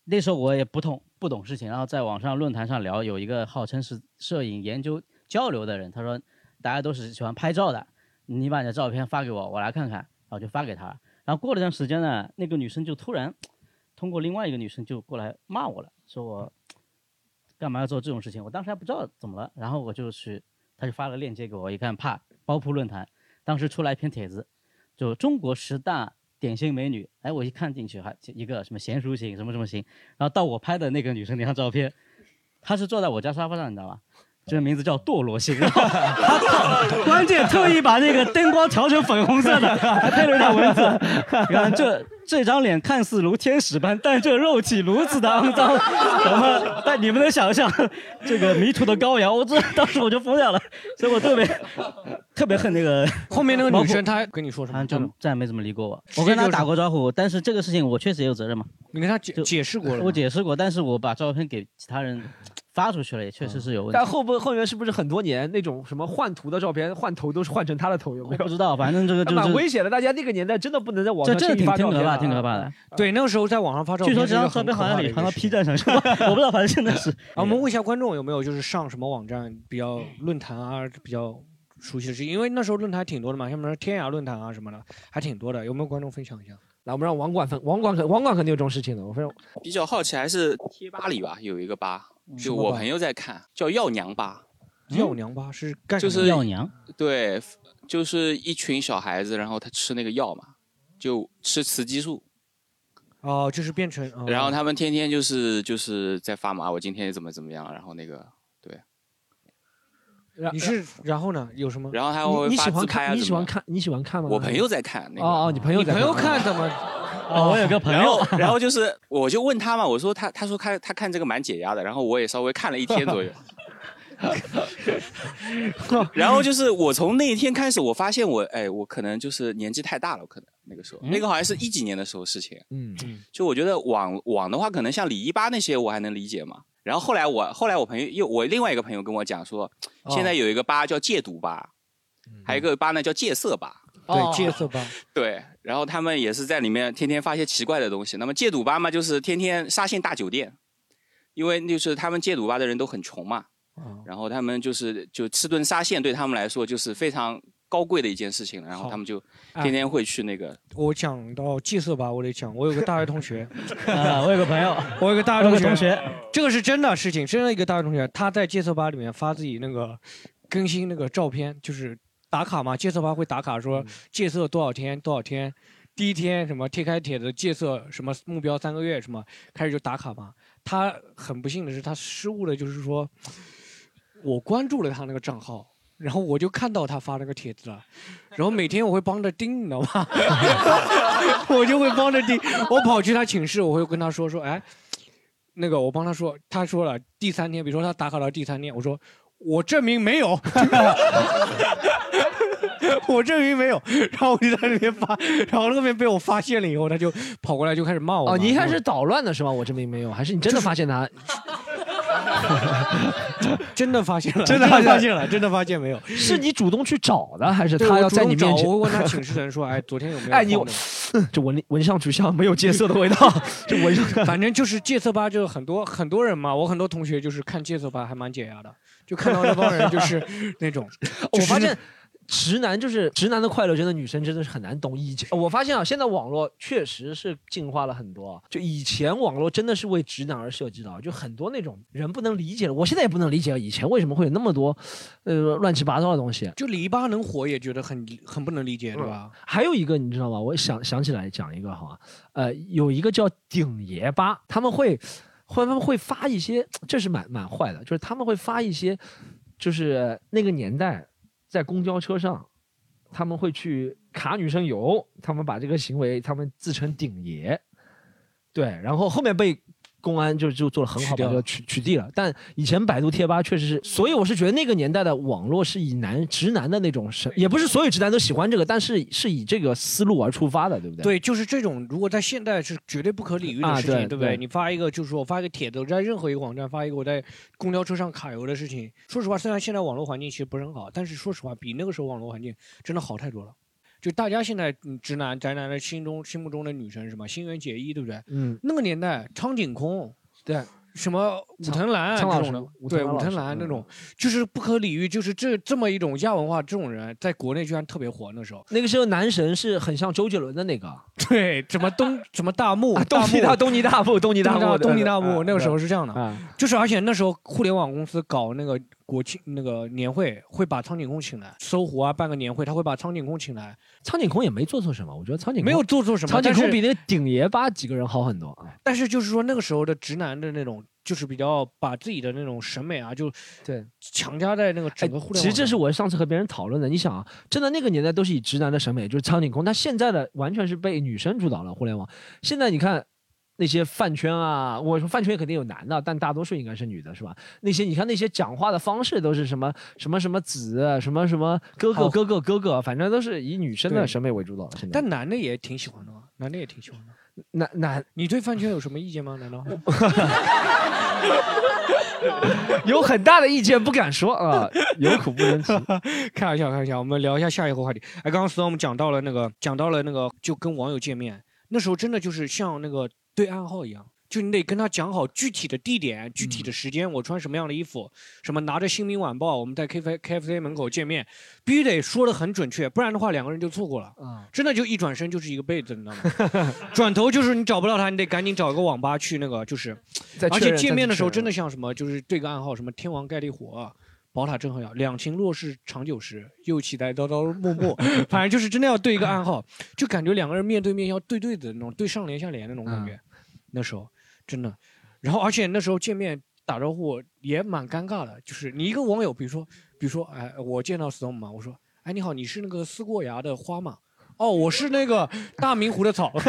那时候我也不懂不懂事情，然后在网上论坛上聊，有一个号称是摄影研究交流的人，他啊说大家都是喜欢拍照的，你把你的照片发给我，我来看看，然后就发给他。然后过了一段时间呢，那个女生就突然通过另外一个女生就过来骂我了，说我干嘛要做这种事情？我当时还不知道怎么了，然后我就去，他就发了链接给我，一看，啪，包铺论坛，当时出来一篇帖子，就中国十大典型美女，哎，我一看进去还一个什么娴熟型，什么什么型，然后到我拍的那个女生那张照片，她是坐在我家沙发上，你知道吧？这个名字叫堕落型， 她 靠关键特意把那个灯光调成粉红色的，还配了一条蚊子。 然后这这张脸看似如天使般，但这肉体如此的肮脏，咱们但你们能想象这个迷途的羔羊？我这当时我就疯掉了，所以我特别特别恨那个 后面那个女生，她嗯跟你说什么？就再也没怎么理过我。直我接跟就她是打过招呼，但是这个事情我确实也有责任嘛。你跟她解解释过了吗我解释过，但是我把照片给其他人发出去了，也确实是有问题。但后不后面是不是很多年那种什么换图的照片，换头都是换成他的头？有没有？不知道，反正这 个就蛮是危险的。大家那个年代真的不能在网这上真的轻易挺发挺照可片怕，啊挺可怕的。对，那个时候在网上发照据片，说这张照片好像得传到 P 站上去，我不知道，反正真的是。啊，我们问一下观众有没有就是上什么网站比较论坛啊比较熟悉的事情，因为那时候论坛还挺多的嘛，像什么天涯论坛啊什么的，还挺多的。有没有观众分享一下？来，我们让网管分，网管肯网管肯定有这种事情的。我非常比较好奇还是贴吧里吧，有一个吧，什就么吧我朋友在看，叫药娘吧，嗯药娘吧是干什就么的是对，就是一群小孩子，然后他吃那个药嘛，就吃雌激素，哦，就是变成哦然后他们天天就是就是在发嘛，我今天怎么怎么样，然后那个对，你是然后呢有什么？然后还你会你发喜自欢拍啊，看你怎喜么样欢看你喜欢看吗？我朋友在看那个，哦哦，你朋友你在朋友看怎么？哦，我有个朋然友后，然后就是 我就问他嘛，我说他他说他他看这个蛮解压的，然后我也稍微看了一天左 右。然后就是我从那一天开始，我发现我哎，我可能就是年纪太大了，可能那个时嗯候，那个好像是一几年的时候事情。嗯，就我觉得网网的话，可能像李一吧那些我还能理解嘛。然后后来我后来我朋友又我另外一个朋友跟我讲说，哦现在有一个吧叫戒毒吧，嗯还有一个吧呢叫戒色吧。对戒色吧，对，然后他们也是在里面天天发一些奇怪的东西。那么戒赌吧嘛，就是天天沙县大酒店，因为就是他们戒赌吧的人都很穷嘛，哦然后他们就是就吃顿沙县对他们来说就是非常高贵的一件事情了，然后他们就哎天天会去那个。我讲到戒色吧，我得讲，我有个大学同学， 啊，我有个朋友， 我有个大我有学个同学，这个是真的事情，真的一个大学同学，他在戒色吧里面发自己那个更新那个照片，就是打卡嘛，戒色吧会打卡说嗯戒色多少天多少天，第一天什么贴开帖子戒色什么目标三个月什么，开始就打卡嘛。他很不幸的是，他失误了，就是说我关注了他那个账号。然后我就看到他发那个帖子了，然后每天我会帮着盯，你知道吗？ 我就会帮着盯。我跑去他寝室，我会跟他说说，哎，那个我帮他说，他说了第三天，比如说他打卡到第三天，我说我证明没有， 我证明没有，然后我就在那边发，然后那边被我发现了以后，他就跑过来就开始骂我嘛。哦，你一开始就是捣乱的是吗？我证明没有，还是你真的发现他？真的发现了，真真的的发现发现了，真的发现没有。是你主动去找的，还是对他我要主在你动面找前？我问他寝室的人说， 哎，昨天有没有？哎，你 这闻闻上去像没有戒色的味道， 这闻上去。 反正就是戒色吧，就是很多很多人嘛，我很多同学就是看戒色吧还蛮解压的，就看到那帮人就是 那种，哦我就是发现直男就是直男的快乐，真的女生真的是很难懂。以前我发现啊，现在网络确实是进化了很多啊。就以前网络真的是为直男而设计的啊，就很多那种人不能理解的，我现在也不能理解啊了以前为什么会有那么多，呃，乱七八糟的东西。就李一吧能火也觉得很很不能理解，对吧？还有一个你知道吗？我想想起来讲一个哈，呃，有一个叫顶爷吧，他们会，会他们会发一些，这是蛮蛮坏的，就是他们会发一些，就是那个年代在公交车上，他们会去卡女生油，他们把这个行为他们自称顶爷，对，然后后面被。公安就就做了很好取的掉就取取缔了，但以前百度贴吧确实是，所以我是觉得那个年代的网络是以男直男的那种审，也不是所有直男都喜欢这个，但是是以这个思路而出发的，嗯对不对？对，就是这种，如果在现代是绝对不可理喻的啊事情，对不对？对你发一个，就是说我发一个帖子，我在任何一个网站发一个我在公交车上卡油的事情。说实话，虽然现在网络环境其实不是很好，但是说实话，比那个时候网络环境真的好太多了。就大家现在嗯直男宅男的心中心目中的女神是什么？新垣结衣，对不对？嗯，那个年代，苍井空，对，什么武藤兰苍这种老师武的，藤对兰武老师嗯藤兰那种，就是不可理喻，就是这这么一种亚文化，这种人在国内居然特别火。那时候，那个时候男神是很像周杰伦的那个，啊对，什么 东什么大木，东尼大东尼大木东尼大嗯木东尼大对对木，啊对那个时候是这样的，啊就是而且那时候互联网公司搞那个国庆那个年会，会把苍井空请来，搜狐啊办个年会，他会把苍井空请来，苍井空也没做错什么，我觉得苍井空没有做错什么苍井但空是比那个顶爷吧几个人好很多啊。但是就是说那个时候的直男的那种，就是比较把自己的那种审美啊，就对强加在那个整个互联哎网上。其实这是我上次和别人讨论的。你想啊，真的那个年代都是以直男的审美，就是苍井空，他现在的完全是被女生主导了互联网。现在你看那些饭圈啊，我说饭圈肯定有男的，但大多数应该是女的，是吧？那些你看那些讲话的方式都是什么什么什么子，什么什么哥哥好哥哥哥哥，反正都是以女生的对审美为主导了。现在但男的也挺喜欢的嘛，男的也挺喜欢的。男男你对饭圈有什么意见吗？难道？ 有很大的意见不敢说啊，有苦不能言。 开玩笑，开玩笑，我们聊一下下一个话题。哎，刚刚 storm 讲到了那个，讲到了那个，就跟网友见面，那时候真的就是像那个对暗号一样，就你得跟他讲好具体的嗯地点、具体的时间，我穿什么样的衣服，什么拿着《新民晚报》，我们在 K F K F C 门口见面，必须得说的很准确，不然的话两个人就错过了。嗯真的就一转身就是一个被子，你知道吗？ 转头就是你找不到他，你得赶紧找一个网吧去那个，就是再，确而且认见再面的时候确认真的像什么，就是对个暗号，什么天王盖地火。宝塔镇河遥，啊两情若是长久时，又岂待朝朝暮 暮。反正就是真的要对一个暗号，就感觉两个人面对面要对对的那种，对上联下联那种感嗯觉。那时候真的，然后而且那时候见面打招呼也蛮尴尬的，就是你一个网友，比如说，比如说，哎，我见到 storm 嘛，我说，哎，你好，你是那个思过崖的花吗？哦，我是那个大明湖的草，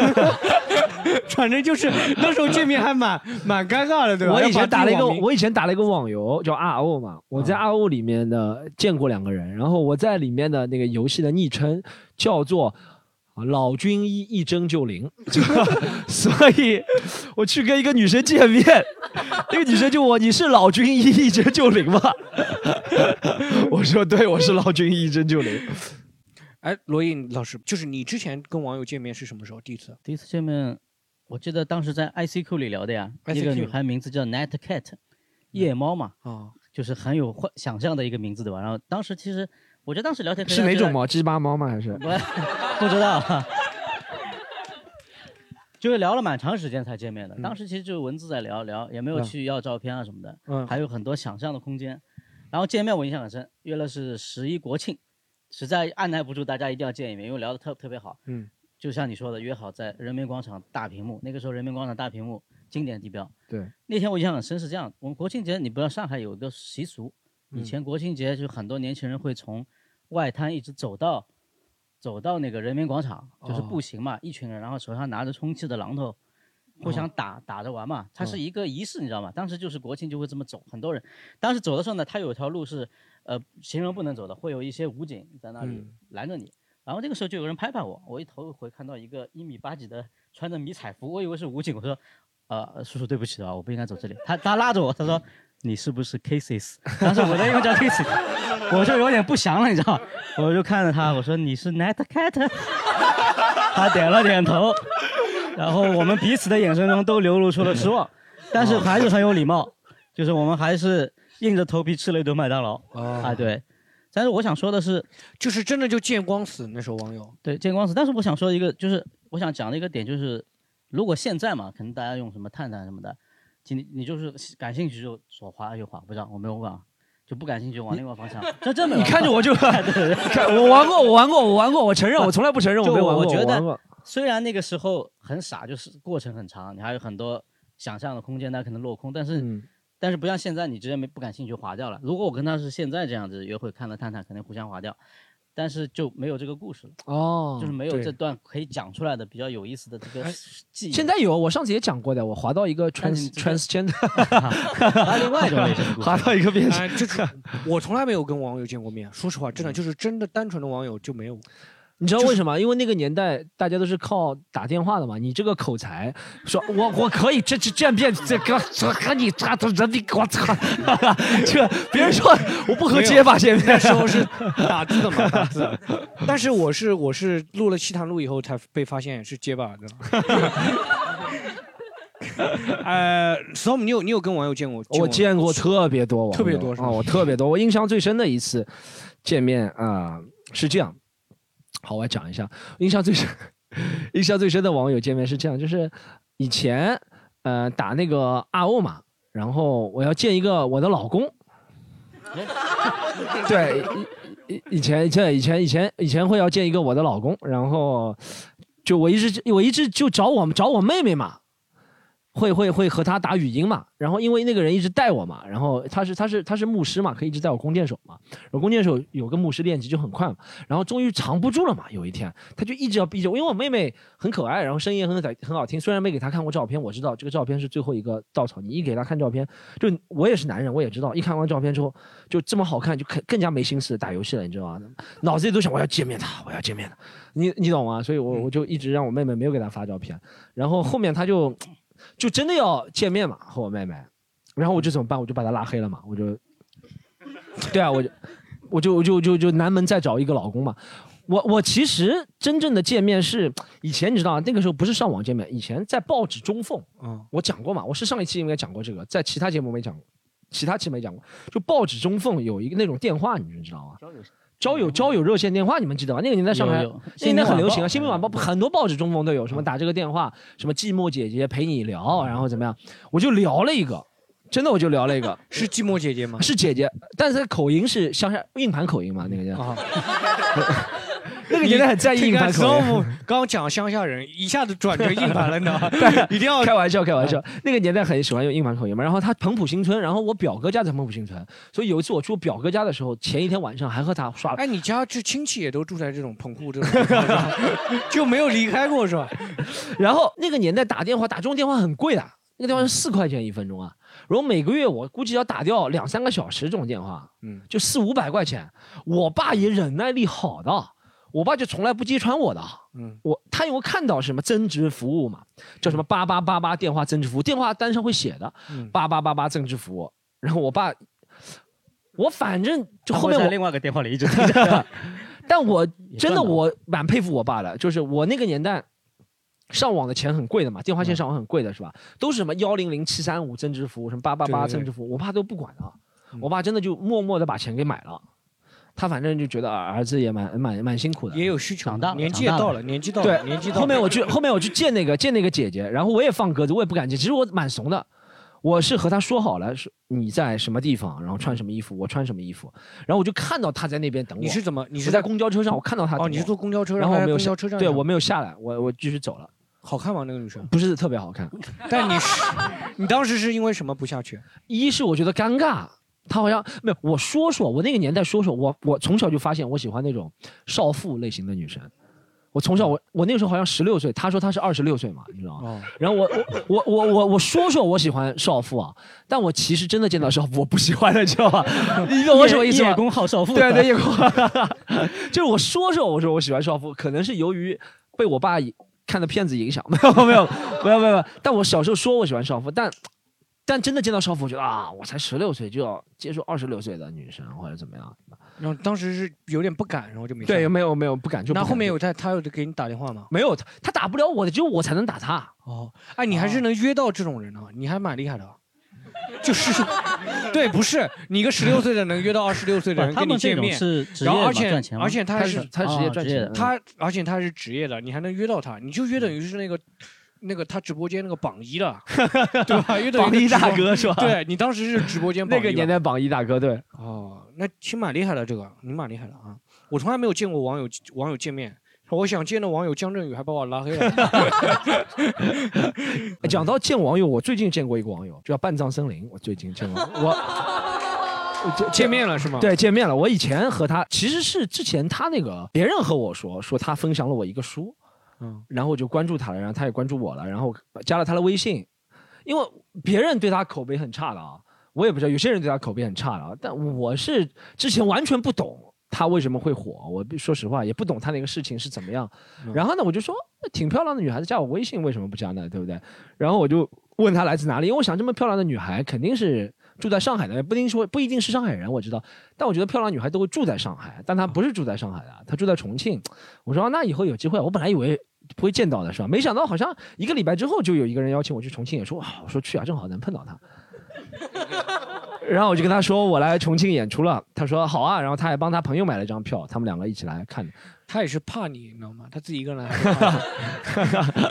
反正就是那时候见面还蛮蛮尴尬 的，对吧？我以要把前打了自一己个，网名啊我以前打了一个网游叫 RO 嘛，我在 RO 里面的见过两个人，然后我在里面的那个游戏的昵称叫做。啊老军医一针就灵， 就所以我去跟一个女生见面，那个女生就问我你是老军医一针就灵吗？ 我说对，我是老军医一针就灵。哎，罗毅老师，就是你之前跟网友见面是什么时候？第一次？第一次见面，我记得当时在 ICQ 里聊的呀， ICQ 一个女孩名字叫 Night 嗯 Cat，夜猫嘛，哦啊，就是很有幻想象的一个名字，对吧？然后当时其实，我觉得当时聊天可以是哪聊种这个猫？鸡巴猫吗？ 还是？不知道 啊，就是聊了蛮长时间才见面的。当时其实就是文字在聊聊，也没有嗯去要照片啊什么的，嗯还有很多想象的空间。然后见面我印象很深，约了是十一国庆，实在按耐不住大家一定要见一面，因为聊得特特别好。嗯，就像你说的，约好在人民广场大屏幕，那个时候人民广场大屏幕经典地标。对，那天我印象很深是这样，我们国庆节你不知道上海有一个习俗，以嗯前国庆节就很多年轻人会从外滩一直走到走到那个人民广场，就是哦步行嘛，一群人，然后手上拿着充气的榔头，互哦相打、打着玩嘛，它是一个仪式，你知道吗？当时就是国庆就会这么走，很多人。当时走的时候呢，它有一条路是呃行人不能走的，会有一些武警在那里嗯拦着你。然后这个时候就有人拍拍我，我一头一回看到一个一米八几的穿着迷彩服，我以为是武警，我说呃叔叔对不起啊，我不应该走这里。他他拉着我，他说你是不是 Kisses？当时我的英文叫 Kisses，我就有点不祥了，你知道吗？我就看着他，我说你是 Night Cat，他点了点头，然后我们彼此的眼神中都流露出了失望，但哦是还是很有礼貌，就是我们还是硬着头皮吃了一顿麦当劳、啊，对。但是我想说的是，哦就是真的就见光死那时候网友。对，见光死。但是我想说一个，就是我想讲的一个点，就是如果现在嘛，可能大家用什么探探什么的，你你就是感兴趣就左滑右滑，不知道我没有玩，就不感兴趣就往另外方向。这这没你玩看着过我就， 对看我玩过，我玩过，我玩过，我承认，我从来不承认我就没玩过，我觉玩过得虽然那个时候很傻，就是过程很长，你还有很多想象的空间，但可能落空。但是、嗯但是不像现在，你直接没不感兴趣划掉了。如果我跟他是现在这样子约会，看了探探，肯定互相划掉，但是就没有这个故事了。哦，就是没有对哎这段可以讲出来的比较有意思的这个 记忆。现在有，我上次也讲过的，我滑到一个但是你 trans 这个 transgender， 啊还有另外一种类型的故事滑到一个变哎、性。就是我从来没有跟网友 见过面，说实话，真的就是真的单纯的网友就没有。嗯你知道为什么？因为那个年代大家都是靠打电话的嘛。你这个口才，说我我可以这这这样变这个这和你这这这你我操， 这别人说我不和结巴见面，那 时候是打字的 嘛，打字。但是我是我是录了《西塘路》以后才被发现是结巴的。 呃，Storm，你有你有跟网友见过？我见过是特别多网友，特别多是吧啊，我特别多。我印象最深的一次见面啊、是这样，好，我来讲一下，印象最深。 印象最深的网友见面是这样，就是以前呃打那个 RO 嘛，然后我要见一个我的老 公，哎对，以以以前以前以前以前以前会要见一个我的老公，然后就我一直我一直就找我找我妹妹嘛，会会会和他打语音嘛，然后因为那个人一直带我嘛，然后他是他是他是牧师嘛，可以一直带我弓箭手嘛，然后弓箭手有个牧师练级就很快嘛，然后终于藏不住了嘛，有一天他就一直要逼着我，因为我妹妹很可爱，然后声音也很很好听，虽然没给她看过照片，我知道这个照片是最后一个稻草，你一给她看照片，就我也是男人，我也知道，一看完照片之后就这么好看，就更更加没心思打游戏了，你知道吗？脑子里都想我要见面啊她，我要见面她，你你懂吗？所以我我就一直让我妹妹没有给她发照片，然后后面她就。就真的要见面嘛，和我妹妹，然后我就怎么办？我就把她拉黑了嘛，我就，对啊，我就，我就，我就，就就南门再找一个老公嘛。我我其实真正的见面是以前你知道啊那个时候不是上网见面，以前在报纸中缝，嗯，我讲过嘛，我是上一期应该讲过这个，在其他节目没讲过，其他期没讲过，就报纸中缝有一个那种电话，你们知道吗？交嗯友交友热线电话，你们记得吧？那个年代上海有有，那个年代很流新闻晚报行啊。新嗯闻晚报很多报纸中锋都有，什么打这个电话，什么寂寞姐姐陪你嗯聊，然后怎么样？我就聊了一个，真的我就聊了一个， 是寂寞姐姐吗？是姐姐，但是她口音是乡下硬盘口音嘛，那个叫。 那个年代很在意哦你硬看盘口音。 ，Storm 刚讲乡下人，一下子转成硬盘了，你 知 道吗？一定要嗯开玩笑，开玩笑。那个年代很喜欢用硬盘口音嘛。然后他彭浦新村，然后我表哥家在彭浦新村，所以有一次我去我表哥家的时候，前一天晚上还和他刷。哎，你家这亲戚也都住在这种棚户这种地方 是吧，就没有离开过是吧？然后那个年代打电话，打这种电话很贵的，那个嗯电话是四块钱一分钟啊。然后每个月我估计要打掉两三个小时这种电话，嗯，就四五百块钱。我爸也忍耐力好的，我爸就从来不揭穿我的。嗯，我他因为看到什么增值服务嘛，叫什么八八八八电话增值服务，电话单上会写的嗯八八八八增值服务。然后我爸，我反正就后面在我另外一个电话里一直听着， 但我真赚的到我蛮佩服我爸的，就是我那个年代。上网的钱很贵的嘛，电嗯话线上网很贵的是吧？都是什么幺零零七三五增值服务，什么八八八对对对增值服务，我爸都不管的啊嗯。我爸真的就默默的把钱给买了，他反正就觉得儿子也蛮蛮蛮辛苦的。嗯也有需求长大的，了年纪也长大到了了，年纪到对了，年纪到了。后面我去，后面我去见那个见那个姐姐，然后我也放鸽子，我也不敢见。其实我蛮怂的，我是和她说好了，是你在什么地方，然后穿什么衣服，我穿什么衣服，然后我就看到她在那边等我。你是怎么？你你是在公交车上，我看到她等我。哦？你是坐公交车，然后我还是没有公下交车站上，对我没有下来，我我继续走了，好看吗？那个女生？不是特别好看。 但你是你当时是因为什么不下去？一是我觉得尴尬，她好像没有我说说，我那个年代说说，我我从小就发现我喜欢那种少妇类型的女生。我从小我我那个时候好像十六岁，她说她是二十六岁嘛，你知道吗？哦，然后我我我我我我说说我喜欢少妇啊，但我其实真的见到少妇我不喜欢的，知道吧？ 你懂我什么意思吗叶？公好少妇，对对， 叶公， 就是我说说我说我喜欢少妇，可能是由于被我爸影看的片子影响， 没有没有没有没有没有，但我小时候说我喜欢少妇，但但真的见到少妇，我觉得啊，我才十六岁就要接受二十六岁的女生或者怎么样？然后当时是有点不敢，然后就没下对，去。没有没有不敢就不那敢后面就有他，他有给你打电话吗？没有他他打不了我的，只有我才能打他。 哦，哎，你还是能约到这种人呢、你还蛮厉害的啊。就是，对，不是你一个十六岁的能约到二十六岁的不人他跟你们这见种面，是职业然后嘛而且赚钱嘛，而且他他还是是啊他哦职业赚职业钱的的，他，而且他是职业的，你还能约到他，你就约等于是那个嗯那个他直播间那个榜一了，对吧？约等于榜一是直播大，哥是吧？，对你当时是直播间 榜那一个吧年代榜一大哥对。哦，那其实蛮厉害的，这个你蛮厉害的啊！我从来没有见过网友网友见面，我想见的网友江振宇还把我拉 黑了。哎讲到见网友，我最近见过一个网友，叫半藏森林。我最近见过我，我见 见面了是吗？，对见面了。我以前和他其实是之前他那个别人和我说说他分享了我一个书，嗯，然后我就关注他了，然后他也关注我了，然后加了他的微信，因为别人对他口碑很差的啊，我也不知道有些人对他口碑很差的啊，但我是之前完全不懂。他为什么会火？我说实话也不懂他那个事情是怎么样。嗯然后呢，我就说挺漂亮的女孩子加我微信，为什么不加呢？对不对？然后我就问她来自哪里，因为我想这么漂亮的女孩肯定是住在上海的，不一定说不一定是上海人，我知道。但我觉得漂亮女孩都会住在上海，但她不是住在上海的，啊她住在重庆。我说、啊那以后有机会，我本来以为不会见到的是吧？没想到好像一个礼拜之后就有一个人邀请我去重庆演出，哇！我说去啊，正好能碰到她。然后我就跟她说我来重庆演出了，她说好啊，然后她还帮她朋友买了一张票，他们两个一起来看的。他也是怕你，你知道吗？他自己一个人来 还是怕你，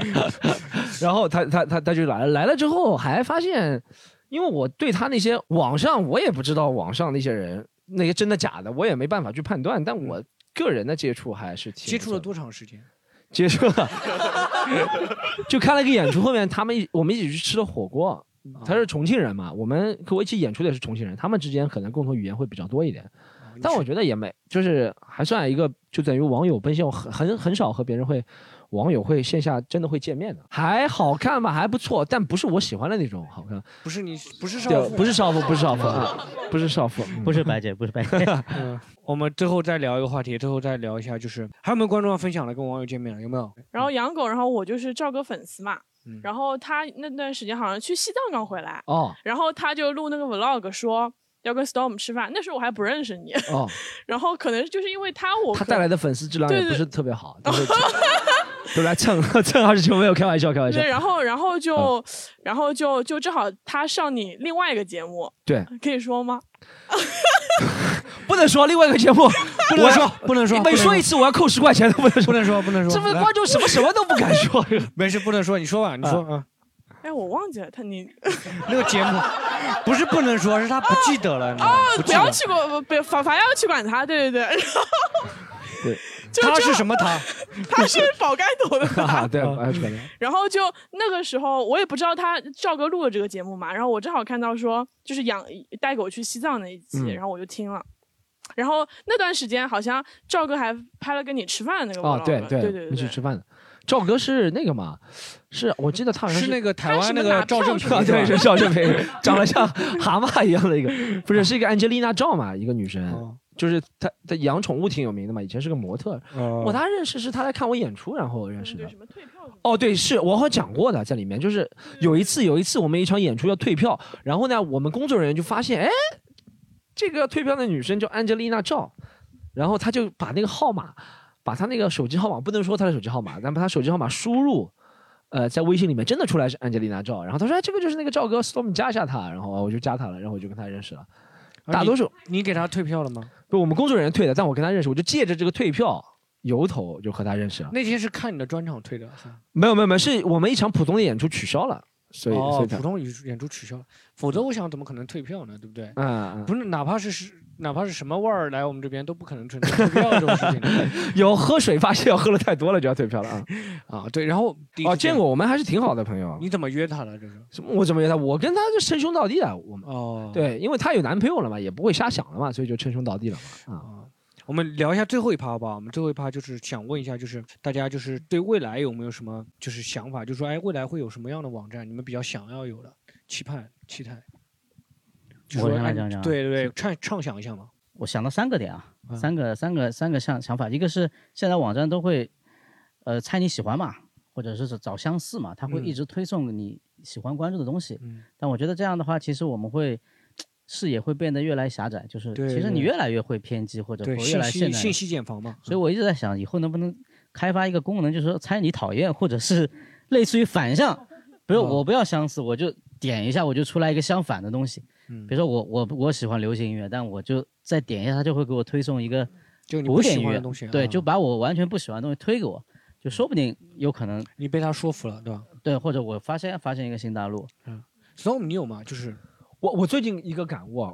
然后他他他他就来了，来了之后还发现，因为我对他那些网上我也不知道网上那些人那些真的假的，我也没办法去判断，但我个人的接触还是挺接触了多长时间？接触了， 就看了个演出，后面他们一我们一起去吃了火锅。他是重庆人嘛，我们跟我一起演出的也是重庆人，他们之间可能共同语言会比较多一点，但我觉得也没，就是还算一个，就等于网友奔现，我很很很少和别人会，网友会线下真的会见面的，还好看吧，还不错，但不是我喜欢的那种好看，不是你，不是少对，妇，不是少妇， 不是少妇，啊， 不是少妇，嗯不是白姐，不是白姐。 嗯，我们最后再聊一个话题，最后再聊一下，就是还有没有观众要分享的，跟网友见面了，有没有？然后养狗，然后我就是赵哥粉丝嘛嗯。然后他那段时间好像去西藏刚回来，哦然后他就录那个 vlog 说要跟 Storm 吃饭，那时候我还不认识你，哦，然后可能就是因为他我他可带来的粉丝质量也对不对是特别 好，都是 都来蹭蹭二十九，没有开玩笑，开玩笑对，，然后然后就、哦然后就就正好他上你另外一个节目，对，可以说吗？不能说另外一个节目，不能说不能说每说一次我要扣十块钱，不能说不能说，不能说，这不来观众什么什么都不敢说。 嗯没事，不能说，你说吧，你说啊，哎，我忘记了 他你那个节目不是不能说，是他不记得了，你知道吗记哦，不得要去管，不不反反要去管他，对对对，然后对， 就他是就什么他？ 他是宝盖头的 哈他，哈，对，啊我还是感觉然后就那个时候，我也不知道他赵哥录了这个节目嘛，然后我正好看到说就是养带狗去西藏那一期，嗯然后我就听了。然后那段时间好像赵哥还拍了跟你吃饭的那个 vlog，哦，对对一起对吃饭的。赵哥是那个嘛？是我记得他好像是那个台湾那他是个拿赵票正去平啊，的是对，吧是赵正平，长得像蛤蟆一样的一个，不是是一个 Angelina 赵嘛，一个女生，哦就是她，她养宠物挺有名的嘛，以前是个模特。哦我她认识是她来看我演出，然后认识嗯对，的对。什么退票嗯什么哦，对，是我好像讲过的，在里面就是有一次，有一次我们一场演出要退票，然后呢，我们工作人员就发现，哎，这个退票的女生叫安吉丽娜赵，然后她就把那个号码，把她那个手机号码，不能说她的手机号码，但把她手机号码输入。呃，在微信里面真的出来是安吉丽娜赵，然后她说、哎、这个就是那个赵哥，Storm 加一下她，然后我就加她了，然后我就跟她认识了。大多数啊你给他退票了吗？不，我们工作人员退的，但我跟她认识，我就借着这个退票由头就和她认识了。那天是看你的专场退的，没有没有没有，是我们一场普通的演出取消了，所以、所哦以，她普通演出演出取消了，否则我想怎么可能退票呢？对不对？嗯，不是，哪怕是是哪怕是什么味儿来我们这边都不可能存在退票这种事情的有喝水发现喝了太多了就要退票了啊！ 啊。对，然后第一哦，次见过，我们还是挺好的朋友。你怎么约他了？这是什么？我怎么觉得我跟他就称兄道弟啊？我们哦，对，因为他有男朋友了嘛，也不会瞎想了嘛，所以就称兄道弟了嘛。啊，啊。我们聊一下最后一趴好不好？我们最后一趴就是想问一下，就是大家就是对未来有没有什么就是想法？就说哎，未来会有什么样的网站？你们比较想要有的期盼、期待？就我说先来哎讲讲啊对对对，畅畅想一下嘛。我想到三个点啊，嗯三个三个三个想想法，一个是现在网站都会，呃，猜你喜欢嘛，或者是找相似嘛，它会嗯一直推送你喜欢关注的东西。嗯但我觉得这样的话，其实我们会视野会变得越来越狭窄，就是对其实你对越来越会偏激或者会对，越信来息现代信人。息茧房嘛。所以我一直在想，以后能不能开发一个功能，就是说猜你讨厌，或者是类似于反向，比如哦我不要相似，我就点一下，我就出来一个相反的东西。嗯比如说我我我喜欢流行音乐，但我就再点一下，它就会给我推送一个就你古不喜典音欢的乐东西，，对，啊就把我完全不喜欢的东西推给我，就说不定有可能你被他说服了，对吧？对，或者我发现发现一个新大陆，嗯 Storm，你有吗？就是我我最近一个感悟，啊，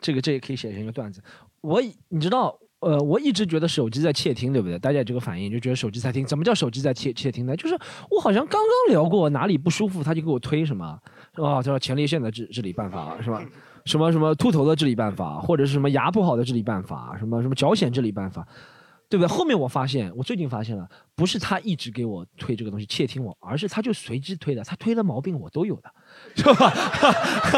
这个这也可以写成一个段子。我以你知道，呃，我一直觉得手机在窃听，对不对？大家有这个反应，就觉得手机在听。怎么叫手机在窃窃听呢？就是我好像刚刚聊过哪里不舒服，他就给我推什么，哦，叫前列腺的治治理办法是吧？什么什么秃头的治理办法，或者是什么牙不好的治理办法，什么什么脚癣治理办法，对不对？后面我发现，我最近发现了，不是他一直给我推这个东西窃听我，而是他就随机推的，他推了毛病我都有的，是吧？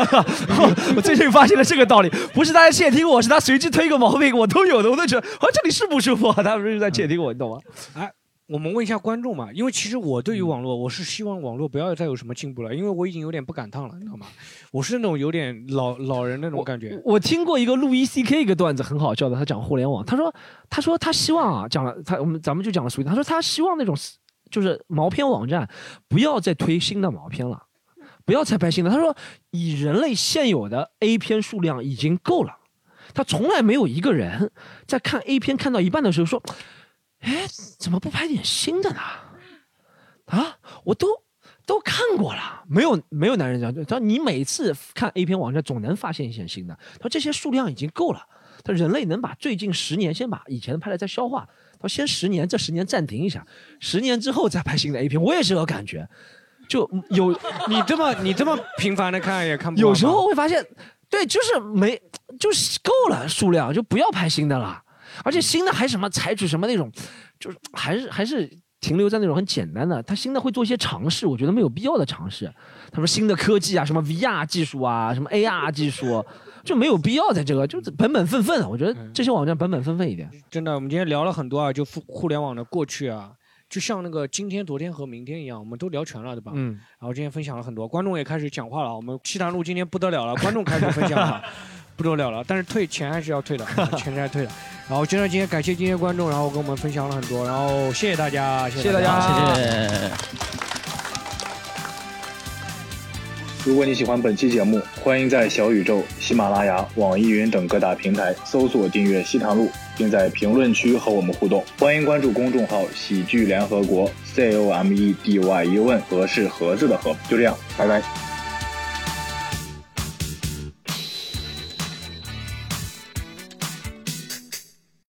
我最近发现了这个道理，不是他在窃听我，是他随机推个毛病我都有的，我都觉得啊这里是不舒服啊，他不是在窃听我，你懂吗？哎我们问一下观众嘛，因为其实我对于嗯网络，我是希望网络不要再有什么进步了，因为我已经有点不赶趟了，你知道吗？我是那种有点老老人那种感觉。我嗯听过一个路易 C K 一个段子很好笑的，他讲互联网，他说他说他希望啊，讲了他我们咱们就讲了俗一点，他说他希望那种就是毛片网站不要再推新的毛片了，不要再拍新的。他说以人类现有的 A 片数量已经够了，他从来没有一个人在看 A 片看到一半的时候说。哎，怎么不拍点新的呢？啊，我都都看过了，没有没有男人这样。他说你每次看 A 片网站总能发现一些新的。他说这些数量已经够了。他说人类能把最近十年先把以前拍的再消化。他说先十年，这十年暂停一下，十年之后再拍新的 A 片。我也是有感觉，就有你这么你这么频繁的看也看不完吗有时候会发现，对，就是没，就是够了数量，就不要拍新的了。而且新的还什么采取什么那种，就是还是还是停留在那种很简单的。他新的会做一些尝试，我觉得没有必要的尝试。他说新的科技啊，什么 VR 技术啊，什么 AR 技术，就没有必要在这个，就是本本分分的。我觉得嗯这些网站本本分分一点。真的，我们今天聊了很多啊，就互互联网的过去啊，就像那个今天、昨天和明天一样，我们都聊全了，对吧？嗯。然后今天分享了很多，观众也开始讲话了。我们西塘路今天不得了了，观众开始分 享了，不得了了。但是退钱还是要退的，钱是要退的。然后真的今天感谢今天观众，然后跟我们分享了很多，然后谢谢大家，谢谢大家谢谢。如果你喜欢本期节目，欢迎在小宇宙、喜马拉雅、网易云等各大平台搜索订阅《西塘路》，并在评论区和我们互动。欢迎关注公众号“喜剧联合国 ”（C O M E D Y U N），和是盒子的盒。就这样，拜拜。